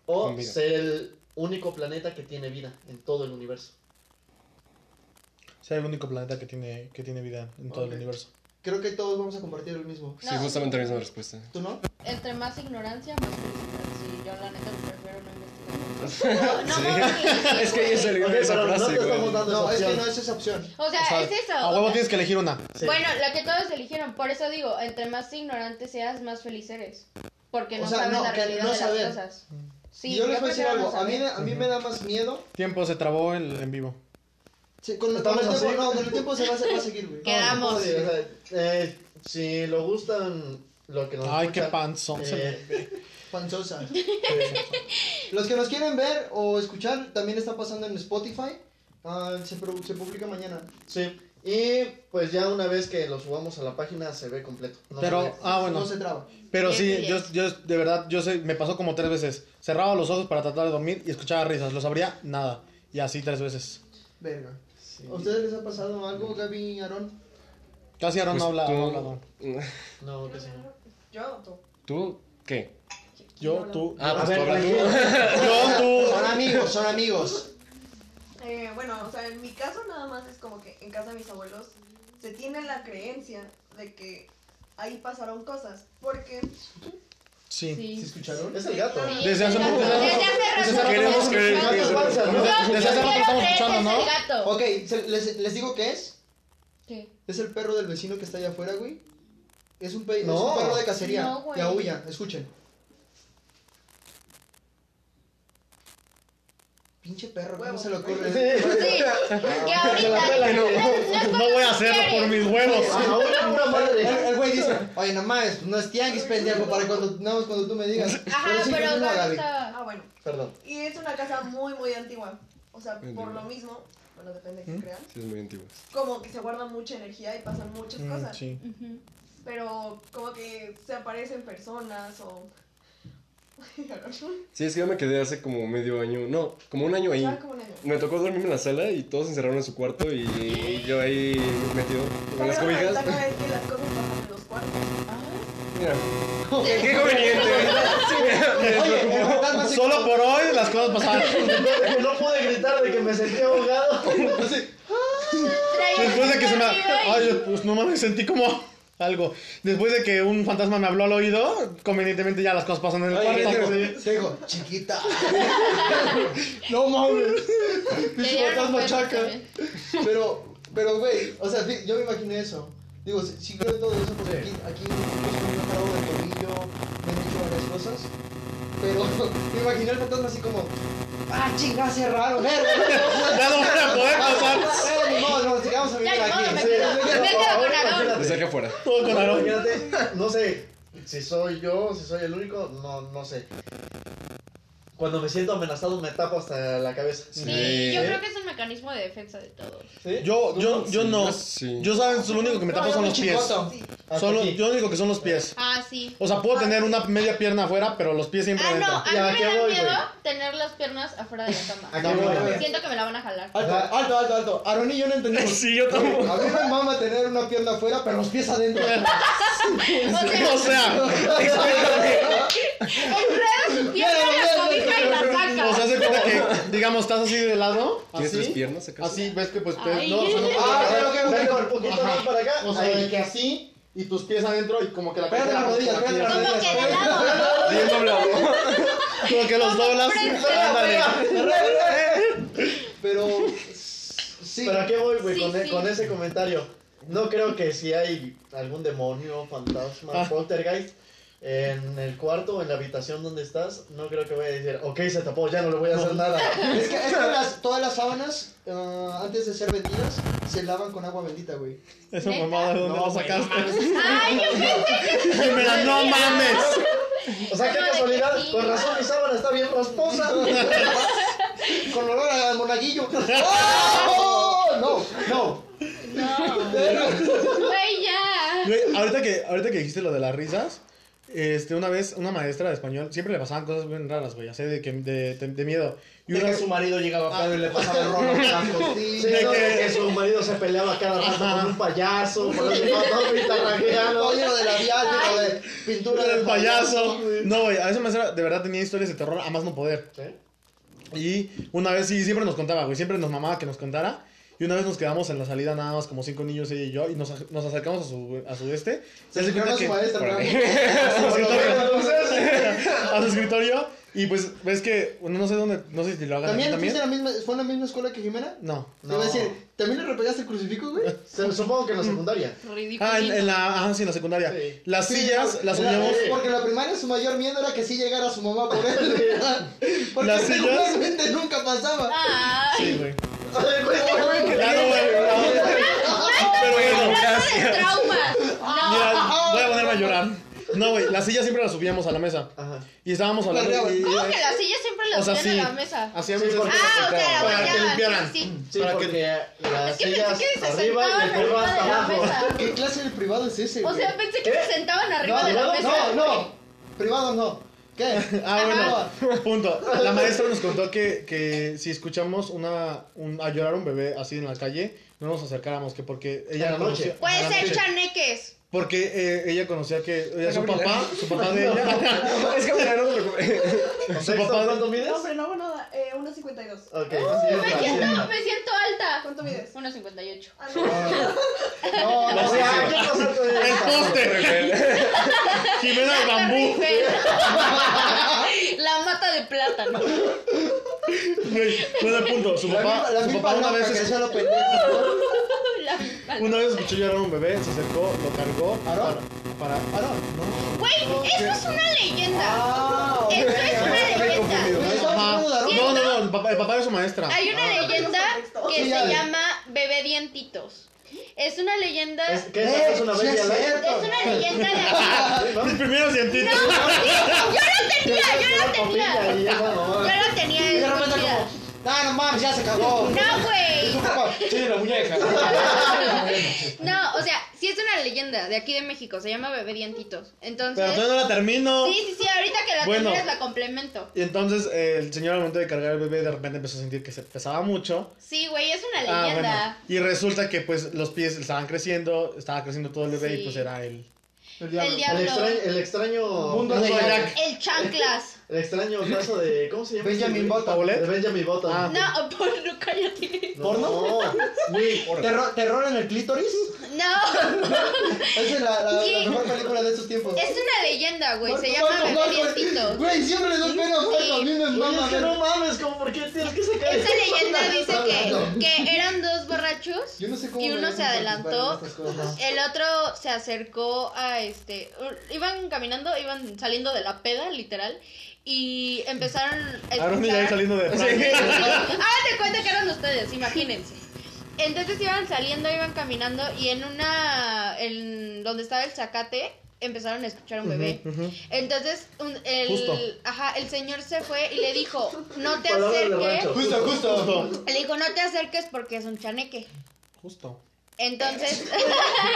Speaker 2: O
Speaker 5: Con vida.
Speaker 2: ser el único planeta que tiene vida en todo el universo.
Speaker 4: Ser el único planeta que tiene, que tiene vida en todo
Speaker 1: Ok.
Speaker 4: el universo.
Speaker 1: creo que todos vamos a compartir el mismo.
Speaker 5: Sí,
Speaker 3: No.
Speaker 5: justamente la misma respuesta.
Speaker 1: ¿Tú no?
Speaker 3: entre más ignorancia, más felicidad. Sí, yo la neta prefiero no investigar. No, no mames.
Speaker 5: Es que ahí es el
Speaker 2: Ok,
Speaker 5: esa
Speaker 2: pero no
Speaker 5: frase,
Speaker 2: te
Speaker 5: güey.
Speaker 2: estamos dando
Speaker 1: No,
Speaker 2: esa
Speaker 1: es que
Speaker 2: opción.
Speaker 1: no es esa opción.
Speaker 3: O sea,
Speaker 4: O sea,
Speaker 3: es eso.
Speaker 4: A
Speaker 3: o
Speaker 4: huevo
Speaker 3: sea,
Speaker 4: tienes que elegir una.
Speaker 2: Sí.
Speaker 3: Bueno, la que todos eligieron, por eso digo, entre más ignorante seas, más feliz eres. Porque
Speaker 1: O
Speaker 3: no
Speaker 1: sea,
Speaker 3: sabes
Speaker 1: no,
Speaker 3: la
Speaker 1: que
Speaker 3: realidad
Speaker 1: no
Speaker 3: de
Speaker 1: saber.
Speaker 3: las cosas. Sí,
Speaker 1: Y yo les voy a decir
Speaker 3: prefiero
Speaker 1: algo.
Speaker 3: no
Speaker 1: A mí,
Speaker 3: saber.
Speaker 1: a mí me da más miedo
Speaker 4: Tiempo, se trabó el en vivo.
Speaker 1: Sí, con, con
Speaker 2: Estamos
Speaker 1: el tiempo,
Speaker 2: así.
Speaker 1: no, con el tiempo se va, a- se va a seguir, güey.
Speaker 3: Quedamos.
Speaker 2: Sí, o sea, eh, si lo gustan, lo que nos
Speaker 4: Ay, qué
Speaker 2: gusta,
Speaker 4: panzón se me
Speaker 2: eh,
Speaker 1: Panzosa.
Speaker 2: eh,
Speaker 1: Los que nos quieren ver o escuchar, también está pasando en Spotify. Ah, se, pro- se publica mañana.
Speaker 2: sí. Y pues ya una vez que lo subamos a la página se ve completo. No
Speaker 4: Pero-
Speaker 2: se ve.
Speaker 4: Ah, bueno.
Speaker 1: No se traba.
Speaker 4: Pero
Speaker 3: Bien,
Speaker 4: sí,
Speaker 3: bien.
Speaker 4: yo, yo de verdad, yo sé, me pasó como tres veces. Cerraba los ojos para tratar de dormir y escuchaba risas. Los abría, nada. Y así tres veces.
Speaker 1: Verga.
Speaker 2: Sí.
Speaker 1: ¿A ustedes les ha pasado algo, Gaby y Aarón?
Speaker 4: Casi Aaron
Speaker 5: Pues
Speaker 4: no habla.
Speaker 5: tú-
Speaker 4: no ha hablado.
Speaker 2: No, casi no.
Speaker 6: Yo, tú.
Speaker 5: ¿Tú qué?
Speaker 4: Yo, tú.
Speaker 5: Ah,
Speaker 4: yo-
Speaker 5: pues tú
Speaker 4: a ver,
Speaker 5: hablas.
Speaker 4: yo, tú.
Speaker 1: Son amigos, son amigos.
Speaker 6: Eh, bueno, o sea, en mi caso nada más es como que en casa de mis abuelos se tiene la creencia de que ahí pasaron cosas. Porque
Speaker 4: Sí.
Speaker 1: ¿Sí
Speaker 3: Sí.
Speaker 1: escucharon?
Speaker 2: Es el gato.
Speaker 3: Sí,
Speaker 4: Desde hace mucho-
Speaker 3: desde hace
Speaker 4: desde
Speaker 3: rato
Speaker 4: hace
Speaker 5: Queremos
Speaker 3: estamos
Speaker 5: creer que
Speaker 3: escuchando.
Speaker 5: es el
Speaker 2: gato.
Speaker 3: No,
Speaker 4: Desde- desde hace
Speaker 3: yo
Speaker 4: rato
Speaker 3: quiero
Speaker 4: estamos
Speaker 3: creer que
Speaker 4: escuchando,
Speaker 3: es
Speaker 4: ¿no?
Speaker 3: el gato.
Speaker 1: Ok, se- les, les digo qué es.
Speaker 3: ¿Qué?
Speaker 1: Es el perro del vecino que está allá afuera, güey. Es un, pe- es
Speaker 2: No.
Speaker 1: un perro de cacería.
Speaker 3: No, güey.
Speaker 1: y aúlla, escuchen. Pinche perro, ¿cómo
Speaker 6: Huevo.
Speaker 1: se le ocurre?
Speaker 3: Sí, que ahorita.
Speaker 4: No voy a hacerlo por mis huevos.
Speaker 2: Ah, una pura
Speaker 1: El-
Speaker 2: madre.
Speaker 1: El güey dice, oye, nada más, no es tianguis, pendejo, para cuando, nada más cuando tú me digas.
Speaker 3: Ajá,
Speaker 1: sí,
Speaker 3: pero
Speaker 1: no,
Speaker 3: Osvaldo
Speaker 1: Gaby.
Speaker 3: estaba.
Speaker 6: Ah, bueno.
Speaker 2: Perdón.
Speaker 6: Y es una casa muy, muy antigua. O sea,
Speaker 5: Muy
Speaker 6: por
Speaker 5: bien.
Speaker 6: lo mismo, bueno, depende de qué crean,
Speaker 5: Sí, es muy antiguo.
Speaker 6: como que se guarda mucha energía y pasan muchas
Speaker 4: Mm,
Speaker 6: cosas.
Speaker 4: Sí.
Speaker 3: Ujú.
Speaker 6: Pero como que se aparecen personas o...
Speaker 5: Sí, es que yo me quedé hace como medio año, no, como un año ahí.
Speaker 6: Ya, como un año.
Speaker 5: Me tocó dormirme en la sala y todos se encerraron en su cuarto y yo ahí metido con las
Speaker 6: Pero la
Speaker 5: cobijas.
Speaker 6: ventaja es que las cosas pasan en los cuartos.
Speaker 5: Mira, qué conveniente.
Speaker 1: Oye, el fantasma sí-
Speaker 4: Solo por hoy las cosas pasaron.
Speaker 2: No pude gritar de que me sentí ahogado. Así.
Speaker 3: Traía
Speaker 4: Después de que se me.
Speaker 3: arriba y-
Speaker 4: Ay, pues no mames, sentí como algo. Después de que un fantasma me habló al oído, convenientemente ya las cosas pasan en el
Speaker 5: Ay,
Speaker 4: cuarto.
Speaker 1: Te digo, chiquita. no mames.
Speaker 3: Le
Speaker 1: Pinche
Speaker 3: dieron
Speaker 1: fantasma
Speaker 3: cuenta
Speaker 1: chaca.
Speaker 3: también.
Speaker 1: Pero, pero, güey, o sea, fi- yo me imaginé eso. Digo, sí, sí creo en todo eso porque aquí, aquí me han parado de tobillo, me han dicho varias cosas. Pero me imaginé el fantasma así como, ah, chinga, se raro, verga.
Speaker 4: Ya no van a poder pasar.
Speaker 1: Eh, ni modo, nos llegamos a vivir
Speaker 3: Ya, ni
Speaker 1: aquí.
Speaker 3: modo, me
Speaker 1: Sí.
Speaker 3: quedo me quedo con Aarón.
Speaker 5: Te saqué afuera.
Speaker 4: Todo con Aarón.
Speaker 2: Imagínate, no sé si soy yo, si soy el único, no, no sé. Cuando me siento amenazado me tapo hasta la cabeza.
Speaker 3: Sí, yo creo que es un mecanismo de defensa de todos.
Speaker 2: ¿Sí?
Speaker 4: Yo, yo, yo no.
Speaker 5: Sí.
Speaker 4: Yo saben, lo único que me tapo
Speaker 1: No,
Speaker 4: son
Speaker 1: yo
Speaker 4: los
Speaker 1: me
Speaker 4: pies.
Speaker 1: chicoto.
Speaker 6: Sí.
Speaker 2: Hasta
Speaker 4: Solo,
Speaker 2: aquí.
Speaker 4: yo lo único que son los pies.
Speaker 3: Ah, sí.
Speaker 4: O sea, puedo tener una media pierna afuera, pero los pies siempre
Speaker 3: Ah, no,
Speaker 4: adentro.
Speaker 3: a mí
Speaker 2: Ya,
Speaker 3: me
Speaker 2: ¿qué
Speaker 3: da
Speaker 2: voy,
Speaker 3: miedo
Speaker 2: güey?
Speaker 3: tener las piernas afuera de la
Speaker 2: ¿A
Speaker 3: cama.
Speaker 2: qué voy, güey?
Speaker 3: Siento que me la van a jalar.
Speaker 1: Alto, alto, alto, alto. Aaron y yo no entendemos.
Speaker 4: Sí, yo tampoco.
Speaker 1: A mí me mama tener una pierna afuera, pero los pies adentro.
Speaker 4: O sea,
Speaker 3: Enredas sus piernas en la cobija y la
Speaker 4: o sea,
Speaker 3: sacas.
Speaker 4: se cuenta que, digamos, estás así de lado,
Speaker 5: ¿Tienes tres
Speaker 4: así,
Speaker 5: piernas acaso?
Speaker 4: así, ves que pues,
Speaker 3: Ay.
Speaker 4: no, o sea, no-
Speaker 1: Ah, ok, ok, ok.
Speaker 2: Dale un poquito más para acá.
Speaker 4: O sea,
Speaker 2: Ahí.
Speaker 4: de que así y tus pies adentro y como que la
Speaker 1: Pégate las rodillas, pégate las
Speaker 3: Como que de
Speaker 1: rodillas.
Speaker 3: lado.
Speaker 5: Bien doblado.
Speaker 4: Como que los
Speaker 3: Como
Speaker 4: doblas.
Speaker 3: frente.
Speaker 4: Ándale.
Speaker 1: Pero, sí.
Speaker 2: ¿Pero a qué voy, güey,
Speaker 3: Sí,
Speaker 2: con, e-,
Speaker 3: sí.
Speaker 2: con ese comentario? No creo que si hay algún demonio, fantasma,
Speaker 4: Ah.
Speaker 2: poltergeist en el cuarto o en la habitación donde estás, no creo que vaya a decir, ok, se tapó, ya no le voy a hacer nada.
Speaker 1: Es que, es que las- todas las sábanas, ah, antes de ser vendidas, se lavan con agua bendita, güey.
Speaker 4: Esa mamada de dónde
Speaker 2: No,
Speaker 4: la sacaste.
Speaker 3: Ay, yo pensé que.
Speaker 4: Mira, no mames.
Speaker 2: O sea, qué
Speaker 3: No, de
Speaker 2: casualidad,
Speaker 3: que sí.
Speaker 2: con razón mi sábana está bien rasposa.
Speaker 1: Con olor a monaguillo. ¡Oh! No, no.
Speaker 3: No. Güey, ya.
Speaker 4: Güey, ahorita que, ahorita que dijiste lo de las risas, este, una vez una maestra de español siempre le pasaban cosas bien raras, güey, así de que de, de- de miedo. Y
Speaker 2: De
Speaker 4: una-
Speaker 2: que su marido llegaba
Speaker 4: Ah.
Speaker 2: pedo y le pasaba el
Speaker 1: Con
Speaker 2: rollo.
Speaker 1: las costillas.
Speaker 2: Sí, no, de que su marido se peleaba cada rato
Speaker 4: Ajá.
Speaker 2: con un payaso, con un matón y tarrajeado.
Speaker 1: Oye, lo de labial, lo de pintura
Speaker 4: El
Speaker 1: del
Speaker 4: payaso. No, güey, a esa maestra de verdad tenía historias de terror a más no poder.
Speaker 2: ¿Sí?
Speaker 4: Y una vez sí, siempre nos contaba, güey, siempre nos mamaba que nos contara. Y una vez nos quedamos en la salida nada más como cinco niños, ella y yo, y nos, ac- nos acercamos a su, a su este.
Speaker 1: Se
Speaker 4: hace
Speaker 1: escribió
Speaker 4: cuenta
Speaker 1: a su maestra.
Speaker 5: Por
Speaker 1: ¿no?
Speaker 5: ahí.
Speaker 4: a su escritorio.
Speaker 2: Entonces,
Speaker 4: a su escritorio. Y pues ves que, bueno, no sé dónde, no sé si lo hagan aquí
Speaker 1: ¿También,
Speaker 4: también.
Speaker 1: fuiste a la misma, fue en la misma escuela que Jimena?
Speaker 4: No.
Speaker 1: Te iba a decir, ¿también le repegaste el crucifijo, güey?
Speaker 2: se- supongo que en la secundaria.
Speaker 3: Ridículo.
Speaker 4: Ah, en, en la, ah, sí, en la secundaria.
Speaker 2: Sí.
Speaker 4: Las sillas las
Speaker 1: Era-
Speaker 4: uníamos.
Speaker 1: es Porque en la primaria su mayor miedo era que sí llegara su mamá por él. Porque
Speaker 4: Las
Speaker 3: Ah,
Speaker 4: sillas.
Speaker 1: regularmente nunca pasaba.
Speaker 3: Ay.
Speaker 4: Sí, güey. Ya no voy a llorar. Pero bueno,
Speaker 3: Hablando de traumas. No.
Speaker 4: mira, voy a ponerme a llorar. No, güey, la silla siempre la subíamos a la mesa.
Speaker 2: Ajá.
Speaker 4: Y estábamos hablando.
Speaker 1: Planeaban.
Speaker 4: y-
Speaker 3: ¿Cómo que la silla siempre la
Speaker 4: o sea,
Speaker 3: ponían
Speaker 4: sí.
Speaker 3: a la mesa?
Speaker 4: Hacíamos
Speaker 2: Sí,
Speaker 4: eso
Speaker 2: porque-
Speaker 3: Ah, ok, la
Speaker 4: para que
Speaker 3: volteaban,
Speaker 4: limpiaran.
Speaker 3: sí,
Speaker 2: Sí,
Speaker 4: Para que-
Speaker 2: porque las
Speaker 3: Es que
Speaker 2: sillas
Speaker 3: pensé que se
Speaker 2: arriba y el
Speaker 3: sentaban
Speaker 2: perro
Speaker 3: arriba de
Speaker 2: hasta
Speaker 3: la
Speaker 2: abajo.
Speaker 3: mesa.
Speaker 1: ¿Qué clase de privado es ese,
Speaker 3: O
Speaker 1: güey?
Speaker 3: sea, pensé que se sentaban arriba
Speaker 1: no,
Speaker 3: de la
Speaker 1: no,
Speaker 3: mesa.
Speaker 1: no, no. Privado no. ¿Qué?
Speaker 4: Ah,
Speaker 1: Ajá.
Speaker 4: bueno, punto. La maestra nos contó que, que si escuchamos una, un- a llorar a un bebé así en la calle, no nos acercáramos, que porque ella
Speaker 2: En la noche.
Speaker 4: conocía-
Speaker 3: Puede
Speaker 4: Ajá,
Speaker 3: ser
Speaker 4: noche.
Speaker 3: chaneques.
Speaker 4: Porque eh, ella conocía que ella, su
Speaker 5: Gabriela.
Speaker 4: papá, su papá de ella,
Speaker 5: Es que mira, no te preocupes.
Speaker 4: su
Speaker 2: ¿Sexto,
Speaker 4: papá
Speaker 2: ¿Cuánto mides? Ah.
Speaker 6: No, pero no, bueno, eh, 1.52.
Speaker 2: Ok,
Speaker 3: Me
Speaker 2: así es.
Speaker 3: siento, me siento alta.
Speaker 6: ¿Cuánto mides?
Speaker 3: 1.58.
Speaker 6: Ah, no.
Speaker 1: No, no,
Speaker 2: O
Speaker 1: no.
Speaker 2: sea, ¿qué cosa tú eres?
Speaker 4: el poste, Jimena el
Speaker 3: La
Speaker 4: bambú.
Speaker 3: rifé. La mata de plátano.
Speaker 4: Güey, No era el punto. Su
Speaker 1: La
Speaker 4: papá,
Speaker 1: misma- la
Speaker 4: su
Speaker 1: misma
Speaker 4: papá una
Speaker 1: loca
Speaker 4: vez
Speaker 1: que
Speaker 4: es-
Speaker 1: hacía lo pendejo.
Speaker 3: La misma.
Speaker 4: Una vez escuchó llorar a un bebé, se acercó, lo cargó
Speaker 1: ¿Aarón?
Speaker 4: para, para
Speaker 1: Ah,
Speaker 3: Güey, eso es una leyenda.
Speaker 1: Ah,
Speaker 3: Esto es una leyenda.
Speaker 1: Güey, estaba
Speaker 4: Ajá.
Speaker 1: hablando de Aarón.
Speaker 4: No, no, no, el papá, el papá de su maestra.
Speaker 3: Hay una
Speaker 6: Ah.
Speaker 3: leyenda que
Speaker 1: Sí, ya
Speaker 3: se
Speaker 1: vi.
Speaker 3: llama bebé dientitos. Es una leyenda.
Speaker 2: Es
Speaker 3: Es
Speaker 2: que esa es una
Speaker 1: Sí,
Speaker 2: bella
Speaker 1: es
Speaker 2: la-
Speaker 1: cierto.
Speaker 3: una leyenda de aquí.
Speaker 2: Sí, ¿no?
Speaker 4: Mis primeros dientitos.
Speaker 3: Yo la tenía, yo la tenía.
Speaker 2: Ahí, esa
Speaker 3: Yo
Speaker 2: mamá.
Speaker 3: la tenía
Speaker 1: Y de repente
Speaker 3: escondida.
Speaker 1: como, ah, no mames, ya se cagó.
Speaker 3: No, güey.
Speaker 5: Soy de la muñeca.
Speaker 3: No, o sea, sí es una leyenda de aquí de México. Se llama bebé dientitos.
Speaker 4: Pero
Speaker 3: Entonces.
Speaker 4: todavía no la termino.
Speaker 3: Sí, sí, sí, ahorita que la
Speaker 4: Bueno.
Speaker 3: termines la complemento.
Speaker 4: Y entonces eh, el señor al momento de cargar al bebé de repente empezó a sentir que se pesaba mucho.
Speaker 3: Sí, güey, es una
Speaker 4: Ah, bueno.
Speaker 3: leyenda.
Speaker 4: Y resulta que pues los pies estaban creciendo, estaba creciendo todo el bebé
Speaker 3: Sí.
Speaker 4: y pues era él.
Speaker 1: El
Speaker 3: El
Speaker 1: diablo.
Speaker 2: El
Speaker 3: diablo.
Speaker 2: extraño, el extraño
Speaker 1: Mundo
Speaker 2: caso
Speaker 1: de
Speaker 4: Jack.
Speaker 3: El chanclas.
Speaker 2: El extraño caso de ¿cómo se llama?
Speaker 1: Benjamin Button.
Speaker 2: De
Speaker 4: ¿Paulette?
Speaker 2: Benjamin Button.
Speaker 4: Ah.
Speaker 3: No, por no cállate.
Speaker 2: No,
Speaker 1: ¿Porno?
Speaker 2: güey,
Speaker 1: Terror, terror en el clítoris.
Speaker 3: No,
Speaker 1: Esa es la, la, la
Speaker 3: Sí.
Speaker 1: mejor película de estos tiempos.
Speaker 3: es una leyenda, güey. Se
Speaker 1: Marco,
Speaker 3: llama
Speaker 1: Marco,
Speaker 3: bebé
Speaker 1: Marco,
Speaker 3: dientitos.
Speaker 1: Güey, siempre le doy pena a Marco, a mí me
Speaker 2: Oye,
Speaker 1: mama
Speaker 2: es que no
Speaker 1: ver.
Speaker 2: mames, ¿cómo por qué tienes que sacar
Speaker 3: Esta
Speaker 2: eso?
Speaker 3: leyenda dice
Speaker 1: está
Speaker 3: que,
Speaker 1: hablando.
Speaker 3: que eran dos borrachos
Speaker 1: Yo no sé cómo
Speaker 3: y
Speaker 1: me
Speaker 3: uno
Speaker 1: dejan
Speaker 3: se adelantó.
Speaker 1: participar en estas cosas.
Speaker 3: El otro se acercó a este. u- Iban caminando, iban saliendo de la peda, literal. Y empezaron a
Speaker 4: Aaron y ya
Speaker 3: escuchar-
Speaker 4: Ah, saliendo de
Speaker 3: Háganse cuenta que eran ustedes, imagínense. Entonces iban saliendo, iban caminando y en una. en donde estaba el zacate, empezaron a escuchar a un bebé.
Speaker 4: Ujú, ujú.
Speaker 3: Entonces un- el,
Speaker 4: Justo.
Speaker 3: ajá, el señor se fue y le dijo: No te
Speaker 2: Palabras de
Speaker 3: acerques.
Speaker 2: rancho.
Speaker 1: Justo, justo.
Speaker 4: Justo.
Speaker 3: Le dijo: No te acerques porque es un chaneque.
Speaker 4: Justo.
Speaker 3: Entonces.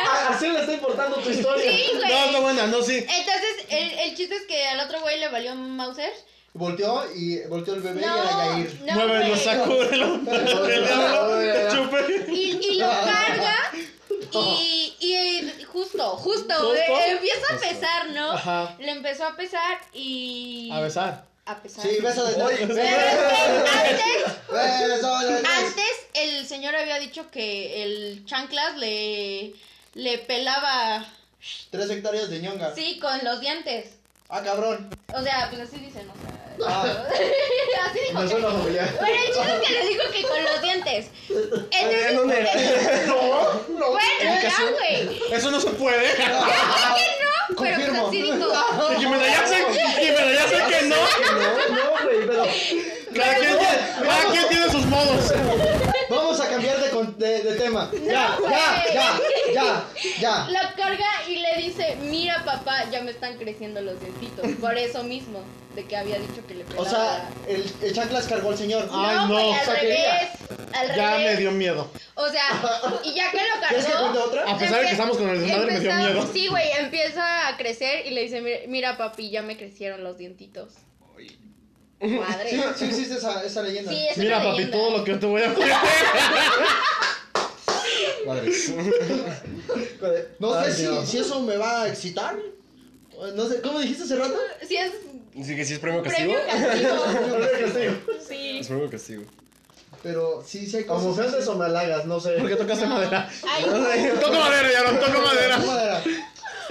Speaker 2: Ah, Así le está importando tu historia.
Speaker 3: sí, güey.
Speaker 4: No, está buena, no, sí.
Speaker 3: Entonces, el, el chiste es que al otro güey le valió Mauser.
Speaker 1: Volteó y volteó el bebé y era
Speaker 3: No,
Speaker 1: Yair.
Speaker 3: no,
Speaker 4: Muévelo,
Speaker 3: güey.
Speaker 4: sacúdelo, el diablo, te chupe.
Speaker 3: Y, y lo carga. Y, y justo, justo,
Speaker 4: ¿Justo?
Speaker 3: eh, empieza a pesar, ¿no?
Speaker 4: Ajá.
Speaker 3: Le empezó a pesar y.
Speaker 4: A besar.
Speaker 3: A pesar.
Speaker 1: Sí, beso de
Speaker 3: Pero es que antes,
Speaker 1: Beso de
Speaker 3: antes el señor había dicho que el chanclas le, le pelaba.
Speaker 1: Tres hectáreas de ñonga.
Speaker 3: Sí, con los dientes.
Speaker 1: Ah, cabrón.
Speaker 3: O sea, pues así dicen, o sea.
Speaker 1: Ah.
Speaker 3: así dijo
Speaker 2: Me
Speaker 3: que-
Speaker 2: suena familiar.
Speaker 3: Bueno, el chico que le dijo que con los dientes. Entonces,
Speaker 5: ¿Dónde era?
Speaker 3: bueno, ya, güey.
Speaker 4: Eso no se puede.
Speaker 3: No, pero pues
Speaker 1: eh, Confirmo.
Speaker 3: así dijo.
Speaker 4: Y Jimena ya sé, Jimena ya sé que no.
Speaker 2: No, no, güey, pero.
Speaker 4: Cada quien, cada quien tiene sus modos.
Speaker 1: Vamos a cambiar de, con- de, de tema. Ya,
Speaker 3: güey.
Speaker 1: ya, ya, ya, ya.
Speaker 3: La carga y le dice, mira papá, ya me están creciendo los dientitos. Por eso mismo, de que había dicho que le
Speaker 1: O
Speaker 3: pegaba.
Speaker 1: sea, el, el chanclas cargó al señor.
Speaker 3: no,
Speaker 4: ay, no,
Speaker 3: güey, al
Speaker 4: o sea,
Speaker 1: que ya-
Speaker 3: revés. Al
Speaker 4: Ya
Speaker 3: revés.
Speaker 4: me dio miedo.
Speaker 3: O sea, y ya que lo cargó.
Speaker 1: ¿Quieres que cuente otra?
Speaker 4: A pesar de que estamos con el desmadre, me dio
Speaker 3: empezó-
Speaker 4: miedo.
Speaker 3: Sí, güey, empieza a crecer y le dice, "Mira- mira papi, ya me crecieron los dientitos. Madre.
Speaker 1: Sí, sí hiciste esa, esa leyenda.
Speaker 3: Sí, es una
Speaker 4: Mira, papi,
Speaker 3: leyenda.
Speaker 4: todo lo que yo te voy a poner.
Speaker 5: Madres.
Speaker 1: No sé
Speaker 2: Ay,
Speaker 1: si,
Speaker 2: Dios.
Speaker 1: si eso me va a excitar. No sé, ¿cómo dijiste hace rato?
Speaker 3: Sí, es
Speaker 5: Así que sí es premio castigo.
Speaker 3: premio castigo.
Speaker 2: Pero creo que sí.
Speaker 3: Sí.
Speaker 5: Es premio castigo.
Speaker 1: Pero sí, sí hay
Speaker 2: O me
Speaker 1: cosas.
Speaker 2: ofendes o me halagas, no sé.
Speaker 4: Porque tocaste madera.
Speaker 3: Ay,
Speaker 4: Toco madera, ya no toco madera.
Speaker 1: Madera.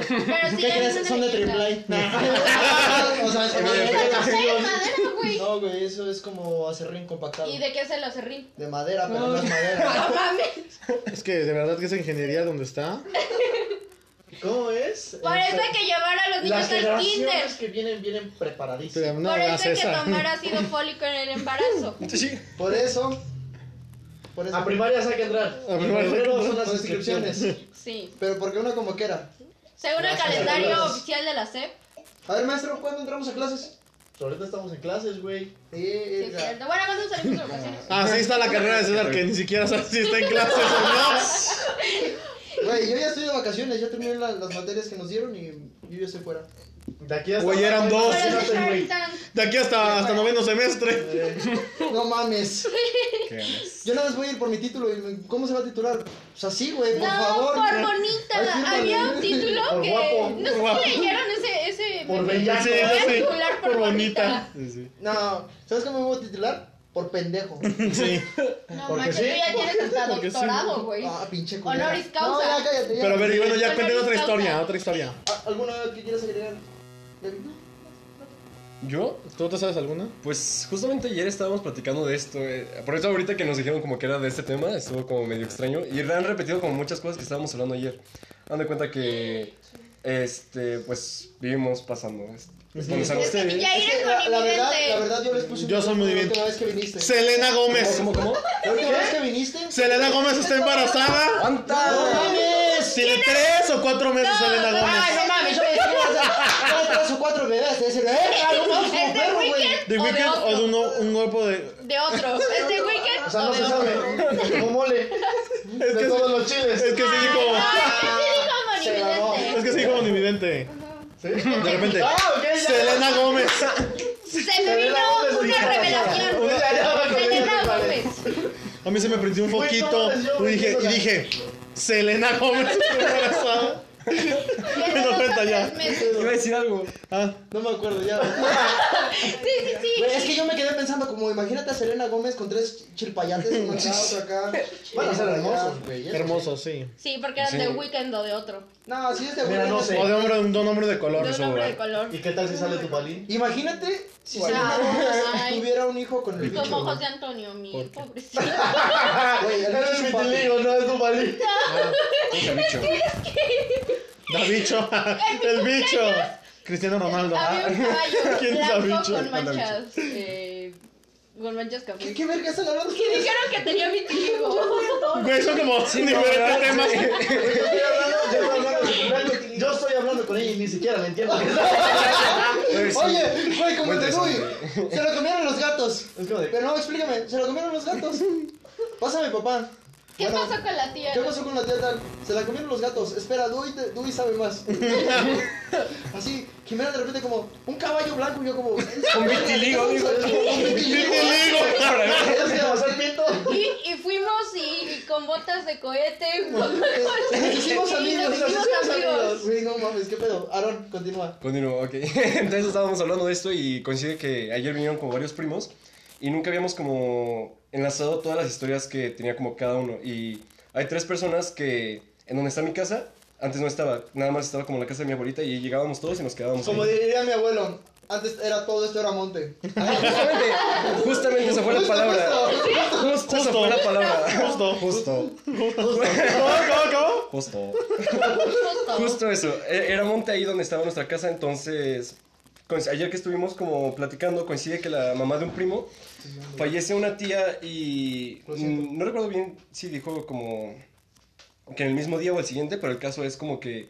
Speaker 3: pero sí,
Speaker 1: ¿Qué
Speaker 3: es
Speaker 1: crees?
Speaker 3: una
Speaker 1: Son de
Speaker 3: leyenda.
Speaker 1: triple A. Nah. O sea, eso no es
Speaker 3: Pero sí, de madera, güey.
Speaker 1: No, güey, eso es como acerrín compactado.
Speaker 3: ¿Y de qué se lo cerrí?
Speaker 1: De madera, pero no es madera.
Speaker 3: No mames.
Speaker 4: Es que de verdad que esa ingeniería donde está.
Speaker 2: ¿Cómo es?
Speaker 3: Por eso hay
Speaker 2: Este,
Speaker 3: que llevar a los
Speaker 2: Las
Speaker 3: niños al kinder.
Speaker 2: generaciones que vienen, vienen
Speaker 4: Pero
Speaker 2: preparadísimas.
Speaker 4: no
Speaker 3: Por eso
Speaker 4: hagas
Speaker 3: hay que
Speaker 4: esa.
Speaker 3: tomar ácido fólico en el embarazo.
Speaker 5: Sí, sí.
Speaker 1: Por eso, Por eso.
Speaker 2: A primaria saca entrar.
Speaker 4: A
Speaker 2: A
Speaker 4: primaria saca
Speaker 2: febrero son las
Speaker 1: Las
Speaker 2: inscripciones.
Speaker 1: inscripciones.
Speaker 3: Sí.
Speaker 1: Pero porque una como quiera.
Speaker 3: Según el
Speaker 2: Gracias.
Speaker 3: calendario
Speaker 2: Gracias.
Speaker 3: oficial de la E SEP.
Speaker 1: A ver, maestro, ¿cuándo entramos a clases?
Speaker 2: Pues Ahorita estamos en clases, güey.
Speaker 3: Sí, es cierto. Bueno, cuando salimos de vacaciones.
Speaker 4: Así Ah, está la carrera de César, que ni siquiera sabe si está en clases o
Speaker 1: Güey, yo ya estoy de vacaciones, ya terminé la- las materias que nos dieron y yo ya estoy fuera.
Speaker 2: De aquí hasta.
Speaker 4: Güey, eran dos.
Speaker 3: Pero
Speaker 2: Imagínate,
Speaker 3: sí,
Speaker 2: güey.
Speaker 3: ahorita-
Speaker 4: no. De aquí hasta, hasta noveno semestre.
Speaker 1: No mames.
Speaker 5: ¿Qué más?
Speaker 1: Yo nada más voy a ir por mi título. y me- ¿Cómo se va a titular? Pues así, güey, por
Speaker 3: no,
Speaker 1: favor.
Speaker 3: por bonita.
Speaker 1: Ay, fírmale.
Speaker 3: Había un título
Speaker 2: Por
Speaker 3: que.
Speaker 2: guapo,
Speaker 3: no sé
Speaker 4: por guapo.
Speaker 3: si leyeron ese. ese
Speaker 2: Por
Speaker 3: me-
Speaker 2: bella.
Speaker 4: Sí,
Speaker 3: me voy a
Speaker 4: sí.
Speaker 3: titular por
Speaker 4: Por
Speaker 3: bonita.
Speaker 4: bonita.
Speaker 5: Sí, sí.
Speaker 1: No, ¿sabes cómo me voy a titular? Por pendejo.
Speaker 4: Sí.
Speaker 3: No
Speaker 2: Porque
Speaker 3: manches,
Speaker 2: sí.
Speaker 3: tú ya tienes hasta
Speaker 4: Porque sí.
Speaker 3: doctorado, güey.
Speaker 1: Ah, pinche culera.
Speaker 3: Honoris causa.
Speaker 1: No, ya cállate. Ya.
Speaker 4: Pero a ver, y bueno, ya
Speaker 3: Pero
Speaker 4: cuenten
Speaker 3: ni
Speaker 4: otra
Speaker 3: causa.
Speaker 4: historia, otra historia.
Speaker 1: Ah, ¿Alguna que quieras agregar? Gaby?
Speaker 4: ¿Yo? ¿Tú te sabes alguna?
Speaker 5: Pues justamente ayer estábamos platicando de esto. eh, Por eso ahorita que nos dijeron como que era de este tema, estuvo como medio extraño. Y han repetido como muchas cosas que estábamos hablando ayer. Han de cuenta que, este, pues vivimos pasando. es- Cuando
Speaker 3: Es
Speaker 5: estamos-
Speaker 3: que ya
Speaker 1: Es
Speaker 3: eres
Speaker 1: que la, la verdad, la
Speaker 3: connividente.
Speaker 1: verdad yo les puse un
Speaker 4: Yo soy
Speaker 1: cuerno
Speaker 4: muy
Speaker 1: la
Speaker 4: bien.
Speaker 1: última vez que viniste.
Speaker 4: Selena Gómez.
Speaker 5: ¿Cómo, cómo?
Speaker 1: La última vez que viniste. Ah,
Speaker 4: Selena Gómez está embarazada.
Speaker 5: ¡Anta!
Speaker 1: ¡No mames!
Speaker 4: Tiene tres o cuatro meses Selena
Speaker 1: ¡Ay,
Speaker 4: Gómez.
Speaker 1: no mames! Yo me decía, tres o cuatro bebés. Ese, ¡eh! ¡Ah, no mames!
Speaker 3: ¿Es
Speaker 1: como
Speaker 3: de
Speaker 1: perro, güey!
Speaker 3: Weekend
Speaker 4: De
Speaker 3: o de
Speaker 4: Weeknd o de
Speaker 3: otro?
Speaker 4: uno, un grupo de.
Speaker 3: De otro. ¿Es de Weekend
Speaker 2: O sea, no
Speaker 3: o de
Speaker 2: se
Speaker 3: otro?
Speaker 2: sabe. Como mole.
Speaker 4: Es que,
Speaker 2: De todos los chiles.
Speaker 4: es que sí dijo.
Speaker 3: Ay, sí
Speaker 1: Se
Speaker 3: Ah, dijo
Speaker 1: mamó.
Speaker 4: Es
Speaker 3: monividente.
Speaker 4: que sí dijo monividente.
Speaker 2: ¿Sí?
Speaker 4: De repente.
Speaker 2: Ah, ok, ya.
Speaker 4: Selena Gómez.
Speaker 3: Se me
Speaker 2: Se
Speaker 3: vino
Speaker 2: ve la
Speaker 3: una
Speaker 2: Gómez,
Speaker 3: revelación.
Speaker 2: Una- Ya, ya, ya,
Speaker 3: Selena
Speaker 2: ya, ya, ya.
Speaker 3: Gómez.
Speaker 4: A mí se me prendió un
Speaker 2: Güey,
Speaker 4: foquito.
Speaker 2: no, pues, yo
Speaker 4: Y dije,
Speaker 2: me
Speaker 4: y
Speaker 2: entiendo.
Speaker 4: dije Selena Gómez está embarazada.
Speaker 3: Es de
Speaker 4: No
Speaker 3: dos a
Speaker 4: cuenta ya.
Speaker 3: tres meses.
Speaker 5: Iba a decir algo.
Speaker 4: Ah,
Speaker 1: No me acuerdo ya.
Speaker 3: Sí, sí, sí.
Speaker 1: Güey, es que yo me quedé pensando como, imagínate a Selena Gómez con tres chilpayates, uno acá, otro acá.
Speaker 2: Van a ser hermosos, güey. eso sí.
Speaker 4: hermoso, sí.
Speaker 3: Sí, porque eran
Speaker 5: Sí.
Speaker 3: de Weekend o de otro.
Speaker 1: No, sí es de
Speaker 2: Mira,
Speaker 1: Weeknd.
Speaker 2: no sé.
Speaker 4: O de hombre, de un hombre de
Speaker 3: De
Speaker 4: color.
Speaker 3: un hombre de color.
Speaker 2: ¿Y qué tal si sale tu palín?
Speaker 1: Imagínate si Selena
Speaker 3: Ay.
Speaker 1: Gómez tuviera un hijo con el bicho.
Speaker 3: Como
Speaker 1: güey. Ah,
Speaker 3: José Antonio, mi
Speaker 4: ¿Por qué?
Speaker 3: pobrecito.
Speaker 1: Güey, el
Speaker 2: Eres
Speaker 1: bicho
Speaker 2: mi
Speaker 1: chupa-
Speaker 2: tiligo, no es tu palín.
Speaker 5: Puta bicho.
Speaker 4: Da bicho. El bicho. Cristiano Ronaldo.
Speaker 3: Había un
Speaker 4: ¿Quién
Speaker 3: caballo
Speaker 4: sabe,
Speaker 3: blanco
Speaker 4: bicho?
Speaker 3: con
Speaker 5: Anda, bicho.
Speaker 3: manchas. eh, Con manchas
Speaker 1: ¿Qué,
Speaker 3: café.
Speaker 1: qué verga están hablando
Speaker 3: Que
Speaker 1: ustedes?
Speaker 3: dijeron que tenía vitiligo.
Speaker 4: Güey, son como diferentes
Speaker 5: no,
Speaker 4: temas.
Speaker 2: Yo estoy hablando- yo estoy hablando con Blanco, Yo estoy hablando con ella y ni siquiera me entiendo. Es
Speaker 5: Pues, sí.
Speaker 1: Oye, güey, como
Speaker 5: Muy
Speaker 1: el de
Speaker 5: interesante.
Speaker 1: Dewey, se lo comieron los gatos.
Speaker 2: como de.
Speaker 1: Pero no, explícame, se lo comieron los gatos. Pásame, papá.
Speaker 3: ¿Qué
Speaker 1: Bueno,
Speaker 3: pasó con la tía?
Speaker 1: ¿Qué pasó con la tía tal? Se la comieron los gatos. Espera, Dewey, te- Dewey sabe más. Así, Jimena de repente como, un caballo blanco y yo como...
Speaker 5: Con vitiligo, digo.
Speaker 2: ¿Quieres que hacer pinto?
Speaker 3: Y, y fuimos y, y con botas de cohete. con-
Speaker 1: Nos hicimos
Speaker 3: Sí,
Speaker 1: amigos.
Speaker 3: nos hicimos amigos.
Speaker 1: Güey, no mames, qué pedo. Aaron, continúa.
Speaker 5: Continúo, ok. Entonces estábamos hablando de esto y coincide que ayer vinieron como varios primos y nunca habíamos como enlazado todas las historias que tenía como cada uno. Y hay tres personas que en donde está mi casa, antes no estaba, nada más estaba como la casa de mi abuelita y llegábamos todos y nos quedábamos.
Speaker 1: Como
Speaker 5: ahí.
Speaker 1: diría mi abuelo, antes era todo, esto era monte.
Speaker 5: Justamente, justamente esa fue la
Speaker 1: Justo,
Speaker 5: palabra.
Speaker 1: justo.
Speaker 5: Justo, esa fue la palabra.
Speaker 4: Justo.
Speaker 5: Justo.
Speaker 4: ¿Cómo, cómo,
Speaker 5: Justo.
Speaker 3: Justo.
Speaker 5: Justo eso, e- era monte ahí donde estaba nuestra casa, entonces coinc- ayer que estuvimos como platicando coincide que la mamá de un primo fallece una tía y
Speaker 1: Lo siento.
Speaker 5: mm, no recuerdo bien si dijo como que en el mismo día o el siguiente, pero el caso es como que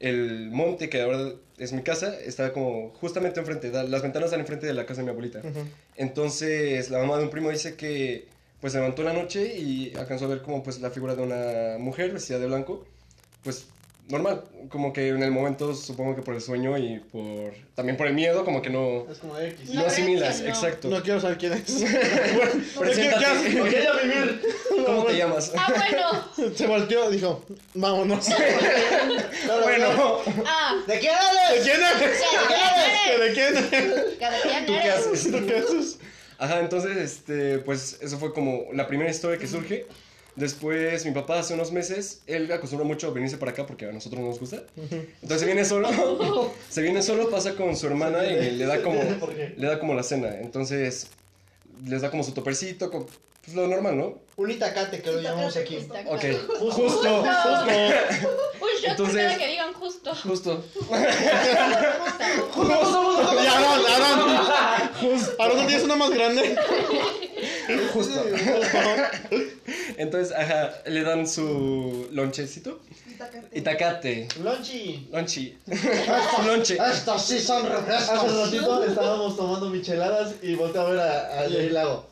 Speaker 5: el monte que ahora es mi casa está como justamente enfrente, da- las ventanas están enfrente de la casa de mi abuelita. Entonces la mamá de un primo dice que pues se levantó en la noche y alcanzó a ver como pues la figura de una mujer vestida de blanco, pues normal, como que en el momento supongo que por el sueño y por también por el miedo como que no
Speaker 2: Es como X.
Speaker 3: No
Speaker 5: no, asimilas,
Speaker 3: reaccionó.
Speaker 5: exacto.
Speaker 4: cómo? No quiero saber quién es.
Speaker 5: Preséntate.
Speaker 2: ¿Por qué ya vivir?
Speaker 5: ¿Cómo te llamas?
Speaker 3: Ah, bueno.
Speaker 4: Se volteó, dijo, vámonos.
Speaker 1: Claro, claro.
Speaker 5: Bueno,
Speaker 3: Ah,
Speaker 1: ¿De quién eres?
Speaker 4: ¿De quién eres? ¿De quién eres?
Speaker 3: cada día
Speaker 5: ¿tú qué
Speaker 3: eres.
Speaker 5: haces?
Speaker 4: ¿Tú qué haces?
Speaker 5: Ajá, entonces, este, pues eso fue como la primera historia que surge. Después, mi papá hace unos meses, él acostumbra mucho a venirse para acá porque a nosotros no nos gusta. Entonces se viene solo, se viene solo, pasa con su hermana y le da como,
Speaker 2: ¿Por qué?
Speaker 5: le da como la cena. Entonces, les da como su topercito, co- pues lo normal, ¿no?
Speaker 1: Un itacate que lo llamamos aquí.
Speaker 3: Exacto.
Speaker 5: Ok,
Speaker 2: Justo.
Speaker 3: Un shot por
Speaker 5: Entonces-
Speaker 3: cada que digan justo.
Speaker 5: justo.
Speaker 4: Y Aaron, Aaron. Aaron, ¿no tienes una más grande?
Speaker 5: Justo. Entonces, ajá, le dan su lonchecito.
Speaker 6: Itacate.
Speaker 5: Itacate.
Speaker 2: Lonchi.
Speaker 5: Lonchi. su lonche.
Speaker 1: Estos sí son
Speaker 2: Hace
Speaker 1: refrescos.
Speaker 2: ratito estábamos tomando micheladas y volteé a ver a, a Leila y le hago,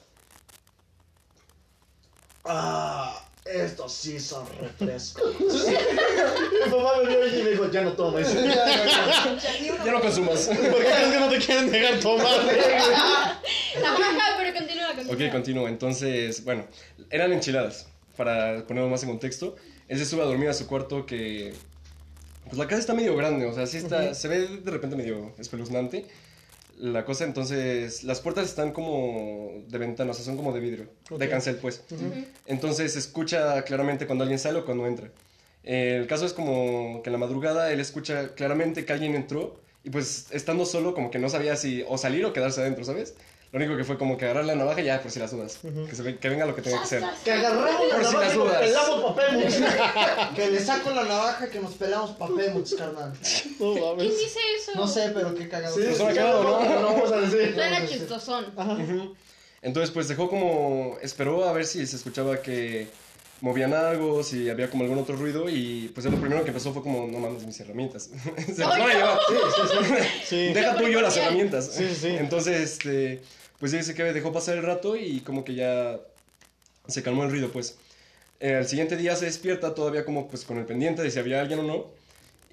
Speaker 2: Ah, estos sí son refrescos. Mi papá me vio y me dijo, ya no tomes.
Speaker 5: Ya no consumas.
Speaker 4: ¿Por qué crees que no te quieren dejar tomar?
Speaker 3: Ajá, pero continúa, continúa.
Speaker 5: Ok, continúo. Entonces, bueno, eran enchiladas. Para ponerlo más en contexto, él se sube a dormir a su cuarto que. Pues la casa está medio grande, o sea, sí está. Se ve de repente medio espeluznante. La cosa, entonces, las puertas están como de ventana, o sea, son como de vidrio, de
Speaker 4: Ok.
Speaker 5: cancel, pues. Entonces, se escucha claramente cuando alguien sale o cuando entra. Eh, El caso es como que en la madrugada él escucha claramente que alguien entró y pues estando solo como que no sabía si o salir o quedarse adentro, ¿sabes? Lo único que fue como que agarrar la navaja y ya por si las dudas. que, se ve- que venga lo que tenga que ser.
Speaker 2: Que agarramos la
Speaker 5: Por si
Speaker 2: navaja
Speaker 5: las
Speaker 2: y nos
Speaker 5: dudas.
Speaker 2: pelamos papel.
Speaker 1: Que le saco la navaja que nos pelamos papelmux, carnal.
Speaker 4: No
Speaker 3: ¿Quién
Speaker 4: mames.
Speaker 3: dice eso?
Speaker 1: No sé, pero qué cagado.
Speaker 2: Sí,
Speaker 5: Nos
Speaker 2: sí,
Speaker 5: ha quedado, ¿no?
Speaker 2: No vamos a decir.
Speaker 3: Suena chistosón.
Speaker 5: Entonces pues dejó como... Esperó a ver si se escuchaba que movían algo, si había como algún otro ruido y pues lo primero que empezó fue como, no mames, mis herramientas. se las
Speaker 3: ¡Ay,
Speaker 5: van a
Speaker 3: no!
Speaker 5: llevar.
Speaker 4: Sí.
Speaker 5: Deja tú y yo las herramientas.
Speaker 4: Sí, sí, sí.
Speaker 5: Entonces, este, pues ya dice que dejó pasar el rato y como que ya se calmó el ruido, pues. Eh, al siguiente día se despierta todavía como pues con el pendiente de si había alguien o no.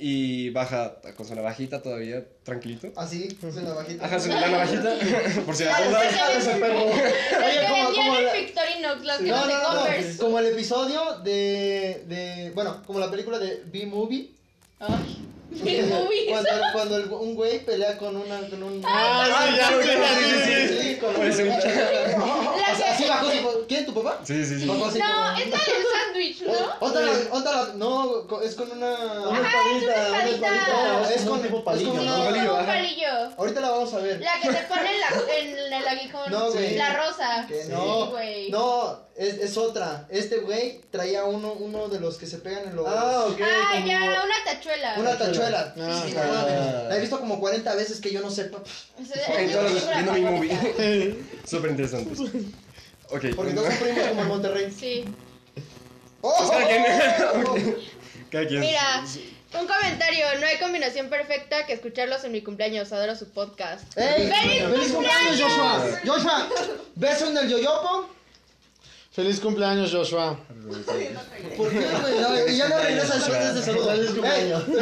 Speaker 5: Y baja con su navajita todavía, tranquilito.
Speaker 1: Así,
Speaker 2: pues,
Speaker 1: sin navajita.
Speaker 5: Ajá, su la navajita, por si la duda.
Speaker 1: Déjale ese perro. Pues, Oye,
Speaker 3: Las que
Speaker 1: como-
Speaker 3: vendían
Speaker 1: como la-
Speaker 3: en Victorinox, las que
Speaker 1: No,
Speaker 3: no de
Speaker 1: no, no,
Speaker 3: Converse.
Speaker 1: como el episodio de, de bueno, como la película de B-Movie.
Speaker 3: Ay, mi movie.
Speaker 1: Cuando, cuando el- un güey pelea con una con un
Speaker 4: Ah, sí, ya,
Speaker 5: claro,
Speaker 4: sí,
Speaker 5: claro,
Speaker 4: sí, sí, sí.
Speaker 1: Sí, con
Speaker 5: Parece un
Speaker 1: O sea, así bajó tipo, ¿quién tu papá?
Speaker 5: Sí, sí, sí.
Speaker 1: Bajó así
Speaker 3: No,
Speaker 1: como-
Speaker 3: es la del sándwich, ¿no?
Speaker 1: O- otra la- otra la- no, co- es con
Speaker 2: Una
Speaker 1: una
Speaker 2: espadita, una
Speaker 3: espadita.
Speaker 2: espadita.
Speaker 1: No, es
Speaker 2: un
Speaker 1: con-
Speaker 2: tipo
Speaker 1: es
Speaker 2: palillo,
Speaker 1: con
Speaker 2: ¿no?
Speaker 1: una-
Speaker 5: palillo,
Speaker 3: Un
Speaker 5: ajá.
Speaker 3: palillo.
Speaker 1: Ahorita la vamos a ver.
Speaker 3: La que te pone en, la- en el aguijón.
Speaker 1: No, güey.
Speaker 3: La rosa.
Speaker 1: Que
Speaker 3: Sí,
Speaker 1: no.
Speaker 3: güey.
Speaker 1: No, es, es otra. Este güey traía uno uno de los que se pegan en los
Speaker 2: Ah, ok.
Speaker 3: Ah,
Speaker 2: como-
Speaker 3: ya, una tachuela.
Speaker 1: una tachuela.
Speaker 4: Ah,
Speaker 1: Sí,
Speaker 4: ah.
Speaker 1: no mames. La he visto como 40 veces que yo no sepa.
Speaker 3: Esa es mi
Speaker 5: Entonces,
Speaker 3: película
Speaker 5: viendo mi movie.
Speaker 3: favorita.
Speaker 5: Súper interesante. Ok.
Speaker 1: Porque todos son primos como en Monterrey.
Speaker 3: Sí.
Speaker 1: ¡Oh!
Speaker 5: Cada quien. Cada quien.
Speaker 3: Mira, un comentario. No hay combinación perfecta que escucharlos en mi cumpleaños. Adoro su podcast.
Speaker 1: ¡Ey!
Speaker 3: ¡Feliz
Speaker 1: cumpleaños, Joshua! ¡Joshua! ¿Beso en el yoyopo?
Speaker 4: Feliz cumpleaños, Joshua.
Speaker 1: ¿Por qué, güey? Pues No, y ya no regresa después de ese saludo.
Speaker 2: Feliz cumpleaños.
Speaker 1: Ey,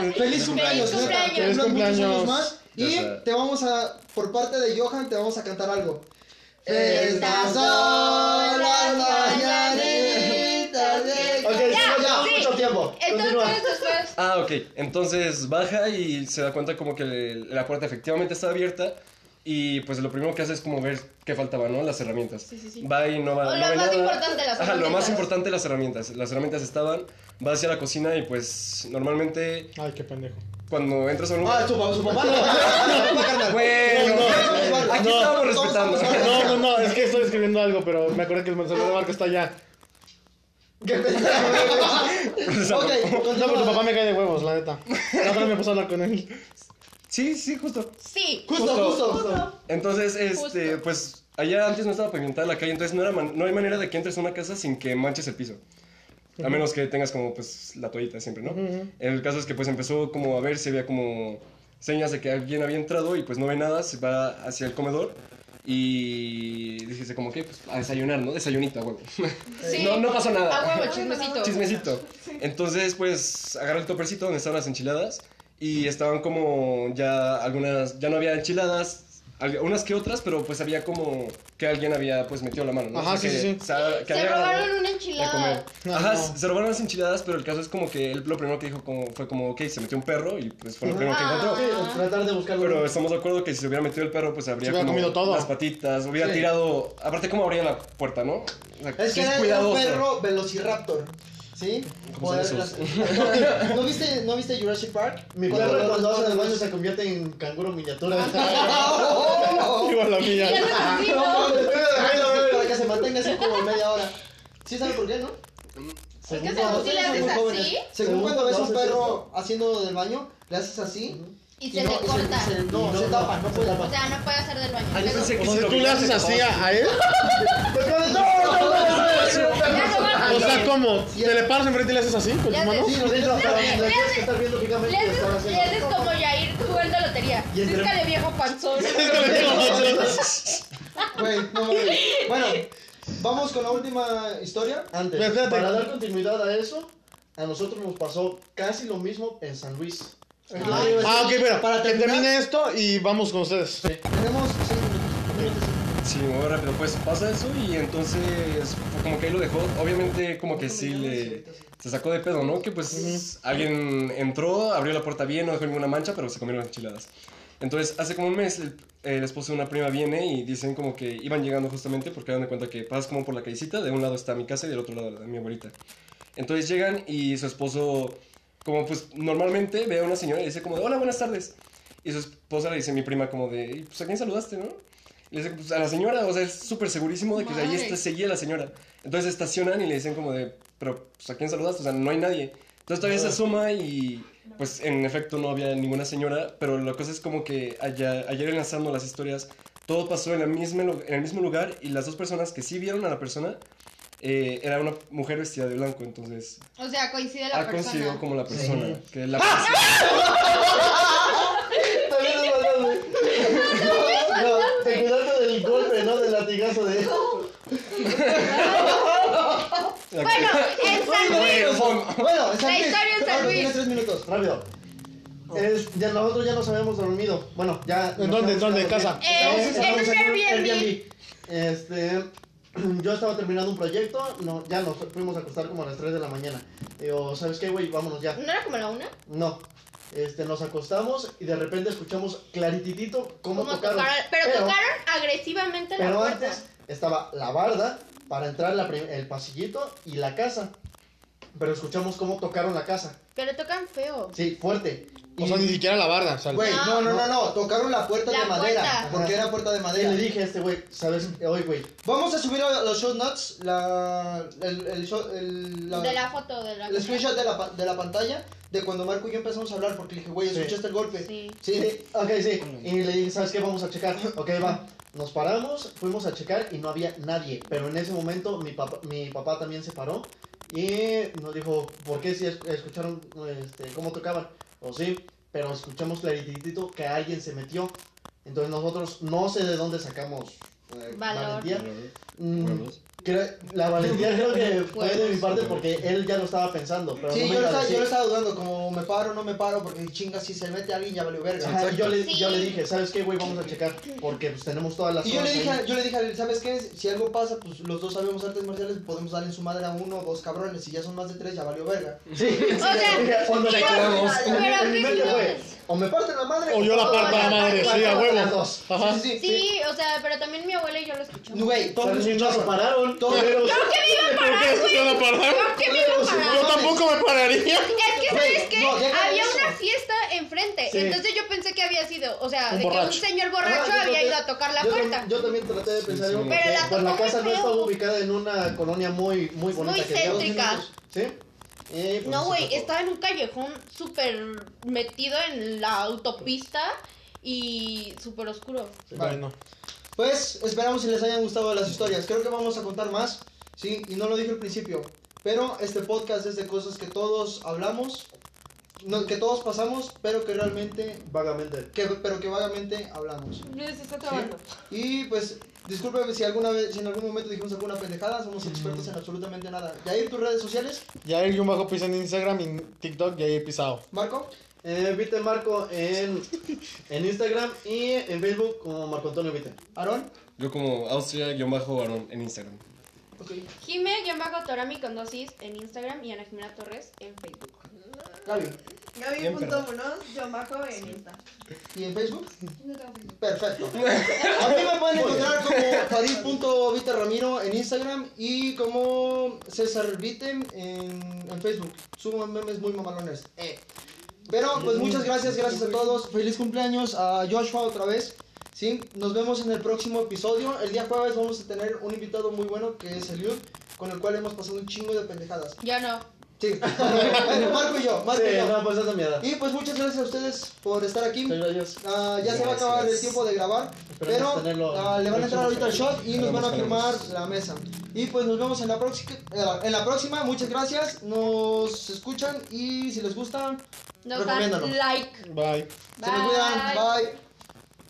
Speaker 1: pero- ¡Feliz cumpleaños!
Speaker 3: Feliz
Speaker 1: neta.
Speaker 3: cumpleaños.
Speaker 4: Feliz
Speaker 1: Unos muchos años
Speaker 4: cumpleaños.
Speaker 1: más. Y
Speaker 5: Ya está.
Speaker 1: te vamos a, por parte de Johan, te vamos a cantar algo.
Speaker 3: Estas son las mañanitas
Speaker 1: de...
Speaker 2: Ok,
Speaker 3: Ya,
Speaker 2: no llevamos
Speaker 3: sí.
Speaker 2: mucho tiempo. Continúa.
Speaker 3: Entonces, después.
Speaker 5: Ah, ok. Entonces baja y se da cuenta como que le- la puerta efectivamente está abierta. Y pues lo primero que hace es como ver qué faltaba, ¿no? Las herramientas.
Speaker 3: Sí, sí, sí.
Speaker 5: Va y no va.
Speaker 3: O
Speaker 5: no
Speaker 3: lo
Speaker 5: ve
Speaker 3: más
Speaker 5: nada.
Speaker 3: importante, las
Speaker 5: Ajá, lo
Speaker 3: herramientas.
Speaker 5: más importante, las herramientas. Las herramientas estaban. Va hacia la cocina y pues normalmente
Speaker 4: Ay, qué pendejo.
Speaker 5: cuando entras a un lugar.
Speaker 1: Ah, su papá, su papá. Ah, su papá, carnal.
Speaker 5: Bueno,
Speaker 1: No, no,
Speaker 5: aquí
Speaker 1: no.
Speaker 5: estamos
Speaker 1: Todos
Speaker 5: respetando.
Speaker 1: somos
Speaker 4: No, no, no, es que estoy escribiendo algo, pero me acuerdo que el mensaje de Marco está allá.
Speaker 1: ¿Qué pendejo, güey? Ok,
Speaker 4: No, pero tu papá
Speaker 1: continúa.
Speaker 4: me cae de huevos, la neta. La otra me puso a hablar con él.
Speaker 5: Sí, sí, justo.
Speaker 3: Sí.
Speaker 1: Justo, justo, justo.
Speaker 5: Entonces, este,
Speaker 3: Justo.
Speaker 5: pues allá antes no estaba pavimentada la calle, entonces no, era man- no hay manera de que entres a una casa sin que manches el piso. A menos que tengas como pues la toallita siempre, ¿no?
Speaker 4: Ujú.
Speaker 5: El caso es que pues empezó como a ver si había como señas de que alguien había entrado y pues no ve nada, se va hacia el comedor y dijese como que pues a desayunar, ¿no? Desayunito, a huevo.
Speaker 3: Sí.
Speaker 5: No, no pasó nada.
Speaker 3: A huevo, chismecito.
Speaker 5: Chismecito. Entonces, pues, agarró el topercito donde estaban las enchiladas y estaban como ya algunas, ya no había enchiladas, al- unas que otras, pero pues había como que alguien había pues metido la mano, ¿no?
Speaker 4: Ajá,
Speaker 5: O sea,
Speaker 4: sí,
Speaker 5: que
Speaker 4: sí, sí.
Speaker 5: sa- que
Speaker 3: Se
Speaker 5: había ganado
Speaker 3: robaron una
Speaker 5: de comer.
Speaker 3: enchilada.
Speaker 4: No,
Speaker 5: Ajá,
Speaker 4: no.
Speaker 5: se robaron las enchiladas, pero el caso es como que él lo primero que dijo como, fue como, ok, se metió un perro y pues fue lo primero que
Speaker 3: Ah.
Speaker 5: encontró.
Speaker 2: Sí, Tratar de buscar
Speaker 5: Pero estamos de acuerdo que si se hubiera metido el perro, pues habría
Speaker 4: Se hubiera
Speaker 5: como
Speaker 4: comido todo.
Speaker 5: las patitas, hubiera tirado. Aparte, ¿cómo abría la puerta, no? O sea,
Speaker 1: Es
Speaker 5: sí
Speaker 1: que era un
Speaker 5: cuidadoso.
Speaker 1: perro velociraptor. ¿Sí?
Speaker 5: ¿Cómo son
Speaker 1: Poder-
Speaker 5: esos?
Speaker 1: las- ¿No viste, ¿No viste Jurassic Park?
Speaker 2: Mi perro cuando hace el
Speaker 1: los
Speaker 2: baño se convierte en canguro miniatura.
Speaker 1: Oh.
Speaker 4: Igual la
Speaker 3: Y
Speaker 4: mía.
Speaker 3: el
Speaker 1: No,
Speaker 3: asesino.
Speaker 1: mames, Para que se mantenga así como media hora. ¿Sí saben por qué, no?
Speaker 3: Es que
Speaker 1: Cuando
Speaker 3: según si le
Speaker 1: ustedes
Speaker 3: haces
Speaker 1: son jóvenes,
Speaker 3: así
Speaker 1: Según
Speaker 2: Según
Speaker 1: cuando ves a un
Speaker 2: cuando haces
Speaker 1: perro haciendo del baño, le haces así.
Speaker 3: y se
Speaker 1: no,
Speaker 3: te corta.
Speaker 1: se-
Speaker 2: Y
Speaker 1: no,
Speaker 2: no,
Speaker 1: se
Speaker 2: no,
Speaker 1: tapa, no puede
Speaker 3: O sea, no puede hacer del baño.
Speaker 5: Ah, yo
Speaker 3: Luego-
Speaker 5: pensé que
Speaker 4: O
Speaker 5: si
Speaker 4: sea,
Speaker 5: lo
Speaker 4: tú le
Speaker 5: miras,
Speaker 4: haces
Speaker 5: te
Speaker 4: así
Speaker 5: acabas-
Speaker 4: a, a él.
Speaker 2: ¡No, no, no!
Speaker 4: O sea, ¿cómo?
Speaker 1: Sí.
Speaker 4: ¿Te le paras enfrente y le haces así
Speaker 3: Le
Speaker 4: con tus
Speaker 3: haces-
Speaker 4: manos?
Speaker 2: Sí, nos entra hasta donde tienes que estar viendo
Speaker 3: Le
Speaker 2: fijamente que están
Speaker 3: haces, le haces
Speaker 2: haciendo.
Speaker 3: como Yair jugando lotería.
Speaker 2: Y entre-
Speaker 3: Císcale viejo panzón.
Speaker 1: Güey, no mames. Bueno, vamos con la última historia.
Speaker 2: Antes,
Speaker 4: Pero espérate.
Speaker 2: para dar continuidad a eso, a nosotros nos pasó casi lo mismo en San Luis.
Speaker 1: Ay,
Speaker 4: Ah, ok, bueno.
Speaker 1: Para
Speaker 4: que
Speaker 1: terminar-
Speaker 4: termine esto y vamos con ustedes.
Speaker 1: Tenemos seis minutos.
Speaker 5: Sí, muy rápido. Pues pasa eso y entonces fue como que ahí lo dejó. Obviamente como que sí le... Se sacó de pedo, ¿no? Que pues alguien entró, abrió la puerta bien, no dejó ninguna mancha, pero se comieron las enchiladas. Entonces hace como un mes el, el esposo de una prima viene y dicen como que iban llegando justamente porque dan de cuenta que pasas como por la callecita, de un lado está mi casa y del otro lado la de mi abuelita. Entonces llegan y su esposo, como pues normalmente ve a una señora y dice como de, hola, buenas tardes. Y su esposa le dice a mi prima como de, "Y, pues a quién saludaste, ¿no? Y le dice, pues a la señora, o sea, es súper segurísimo de que ahí
Speaker 3: Madre.
Speaker 5: está, seguía la señora. Entonces estacionan y le dicen como de, pero pues a quién saludaste, o sea, no hay nadie. Entonces todavía se asoma y pues en efecto no había ninguna señora, pero la cosa es como que allá, ayer enlazando las historias, todo pasó en, la misma, lu- en el mismo lugar y las dos personas que sí vieron a la persona eh, era una mujer vestida de blanco, entonces
Speaker 3: O sea, coincide la
Speaker 5: ha coincidido
Speaker 3: persona.
Speaker 5: como la persona. Que la
Speaker 2: También nos mandaste. No, te cuidaste del golpe, ¿no? Del latigazo de...
Speaker 5: la-
Speaker 3: Bueno, en San Luis.
Speaker 1: Bueno, es San
Speaker 3: La
Speaker 1: Luis.
Speaker 3: historia es San
Speaker 1: Pablo,
Speaker 3: Luis.
Speaker 1: Tienes tres minutos. Oh.
Speaker 2: Rápido. Es- ya nosotros ya nos habíamos dormido. Bueno, ya.
Speaker 4: ¿En dónde? ¿Dónde? ¿En casa?
Speaker 3: En- Eh, en un Airbnb.
Speaker 2: Este. Yo estaba terminando un proyecto. No, ya nos fuimos a acostar como a las 3 de la mañana. Digo, ¿sabes qué, güey? Vámonos ya.
Speaker 3: ¿No era como la una?
Speaker 2: No. Este, nos acostamos y de repente escuchamos clarititito cómo
Speaker 3: Como
Speaker 2: tocaron.
Speaker 3: tocaron- pero, tocaron agresivamente la
Speaker 2: Pero
Speaker 3: puerta.
Speaker 2: antes estaba la barda para entrar la prim- el pasillito y la casa. Pero escuchamos cómo tocaron la casa.
Speaker 3: Pero tocan feo.
Speaker 2: Sí, fuerte.
Speaker 4: O sea,
Speaker 2: Y-
Speaker 4: ni siquiera la barda. o sea,
Speaker 1: Güey, no, no, no, no. Tocaron la puerta
Speaker 3: La
Speaker 1: de madera.
Speaker 3: puerta.
Speaker 1: Porque era puerta de
Speaker 2: Y
Speaker 1: madera.
Speaker 2: le dije a este güey, ¿sabes? Hoy, güey,
Speaker 1: Vamos a subir a los show notes la, el, el, shot- el- la-
Speaker 3: de la foto de la
Speaker 1: el screenshot de la, pa- de la pantalla de cuando Marco y yo empezamos a hablar. Porque le dije, güey,
Speaker 2: Sí.
Speaker 1: ¿escuchaste el golpe?
Speaker 3: Sí.
Speaker 1: Sí.
Speaker 2: ok, sí. Y le dije, ¿sabes qué? Vamos a checar. Ok, va. Nos paramos, fuimos a checar y no había nadie. Pero en ese momento mi papá, mi papá también se paró y nos dijo, ¿por qué si es- escucharon este, cómo tocaban? O sí, pero escuchamos claritito que alguien se metió. Entonces nosotros no sé de dónde sacamos eh,
Speaker 3: Valor.
Speaker 2: valentía. Mm, cre- la valentía creo que fue de mi parte porque él ya lo estaba pensando. Pero no
Speaker 1: Sí,
Speaker 2: me
Speaker 1: yo lo, estaba,
Speaker 2: pareció.
Speaker 1: yo lo estaba dudando, como me paro, no me paro, porque chinga, si se mete alguien ya valió verga.
Speaker 2: Ajá, y yo, le, yo
Speaker 3: Sí.
Speaker 2: le dije, ¿sabes qué, güey? Vamos a checar. Porque pues tenemos todas las
Speaker 1: Y yo le
Speaker 2: horas
Speaker 1: dije,
Speaker 2: ahí".
Speaker 1: a- yo le dije, a él, ¿sabes qué? Si algo pasa, pues los dos sabemos artes marciales, podemos dar en su madre a uno o dos cabrones. Si ya son más de tres, ya valió verga.
Speaker 2: Sí, sí,
Speaker 3: sea,
Speaker 2: dije, o me
Speaker 3: pero-
Speaker 2: parto-
Speaker 3: pero
Speaker 2: en mi- en mi
Speaker 3: ¿qué
Speaker 2: mente fue,
Speaker 3: chingados?
Speaker 2: O me parten la madre.
Speaker 4: O yo la parto a la madre, sí, a
Speaker 2: Las
Speaker 4: huevo.
Speaker 2: dos.
Speaker 4: Ajá.
Speaker 1: Sí, sí, sí.
Speaker 3: Sí, o sea, pero también mi abuela y yo lo escuchamos.
Speaker 1: Güey, todos
Speaker 2: Pero
Speaker 1: nos
Speaker 2: si no se
Speaker 1: escucharon.
Speaker 2: pararon.
Speaker 1: Todos-
Speaker 2: culeros.
Speaker 3: Yo que me iba a parar, güey.
Speaker 4: ¿Por qué no se van a parar?
Speaker 3: Yo que me iba a parar.
Speaker 4: Yo tampoco me pararía.
Speaker 3: Es que, ¿sabes qué?
Speaker 1: no, deja de
Speaker 3: había
Speaker 1: eso.
Speaker 3: una fiesta enfrente.
Speaker 2: Sí.
Speaker 3: Entonces yo pensé que había sido, o sea,
Speaker 4: Un
Speaker 3: de
Speaker 4: borracho.
Speaker 3: que un señor
Speaker 2: Ajá,
Speaker 3: borracho
Speaker 2: yo
Speaker 3: había
Speaker 2: también-
Speaker 3: ido a tocar la
Speaker 2: yo
Speaker 3: puerta.
Speaker 2: tam- Yo también traté de pensar
Speaker 5: sí.
Speaker 2: en
Speaker 5: Pero
Speaker 3: la
Speaker 2: Pues la
Speaker 3: tocó
Speaker 2: casa
Speaker 3: muy
Speaker 2: no
Speaker 3: feo.
Speaker 2: estaba ubicada en una colonia muy, muy bonita. que digamos.
Speaker 3: céntrica.
Speaker 2: ¿Sí? Eh, pues,
Speaker 3: No,
Speaker 2: se
Speaker 3: güey,
Speaker 2: tocó.
Speaker 3: estaba en un callejón súper metido en la autopista y súper oscuro.
Speaker 4: Bueno.
Speaker 1: Pues esperamos si les hayan gustado las historias. Creo que vamos a contar más, sí, y no lo dije al principio. Pero este podcast es de cosas que todos hablamos, no, que todos pasamos, pero que realmente,
Speaker 2: Vagamente.
Speaker 1: que, pero que vagamente hablamos.
Speaker 3: Se está
Speaker 1: trabando. Y pues, disculpe si alguna vez, si en algún momento dijimos alguna pendejada, somos expertos en absolutamente nada. Y ahí tus redes sociales,
Speaker 4: Ya hay un bajo piso en Instagram y en TikTok ya he pisado.
Speaker 1: Marco.
Speaker 2: Eh, Vite Marco en, en Instagram y en Facebook como Marco Antonio Vite.
Speaker 1: Aarón.
Speaker 5: Yo como Austria-Aarón en Instagram.
Speaker 1: Ok.
Speaker 3: Jime-Torami con dosis en Instagram y Ana Jimena Torres en Facebook.
Speaker 1: Gaby.
Speaker 5: Bien, perdón.
Speaker 6: Gaby.munoz, yo bajo en Insta.
Speaker 1: ¿Y en Facebook?
Speaker 6: No tengo Facebook.
Speaker 1: Perfecto. A mí me pueden encontrar como farid.viteramiro en Instagram y como César Vitem en, en Facebook. Subo memes muy mamalones. Eh. Pero pues muchas gracias, gracias a todos. Feliz cumpleaños a Joshua otra vez. Sí, nos vemos en el próximo episodio. El día jueves vamos a tener un invitado muy bueno que es Eliud, con el cual hemos pasado un chingo de pendejadas.
Speaker 3: Ya no.
Speaker 1: Sí, Bueno, Marco y yo, Marco
Speaker 2: Sí,
Speaker 1: y yo.
Speaker 2: no, pues esa mierda.
Speaker 1: Y pues muchas gracias a ustedes por estar aquí.
Speaker 2: Muchas gracias.
Speaker 1: Ah, ya se va a acabar el tiempo de grabar,
Speaker 2: Esperemos
Speaker 1: pero
Speaker 2: tenerlo
Speaker 1: ah, le van a entrar ahorita al shot y nos van a
Speaker 5: Esperemos,
Speaker 1: firmar
Speaker 5: esperemos.
Speaker 1: la mesa. Y pues nos vemos en la, próxima, en la próxima. Muchas gracias. Nos escuchan y si les gusta,
Speaker 3: Nos
Speaker 1: Recomiéndalo.
Speaker 3: dan like.
Speaker 4: Bye.
Speaker 1: se me cuidan. Bye.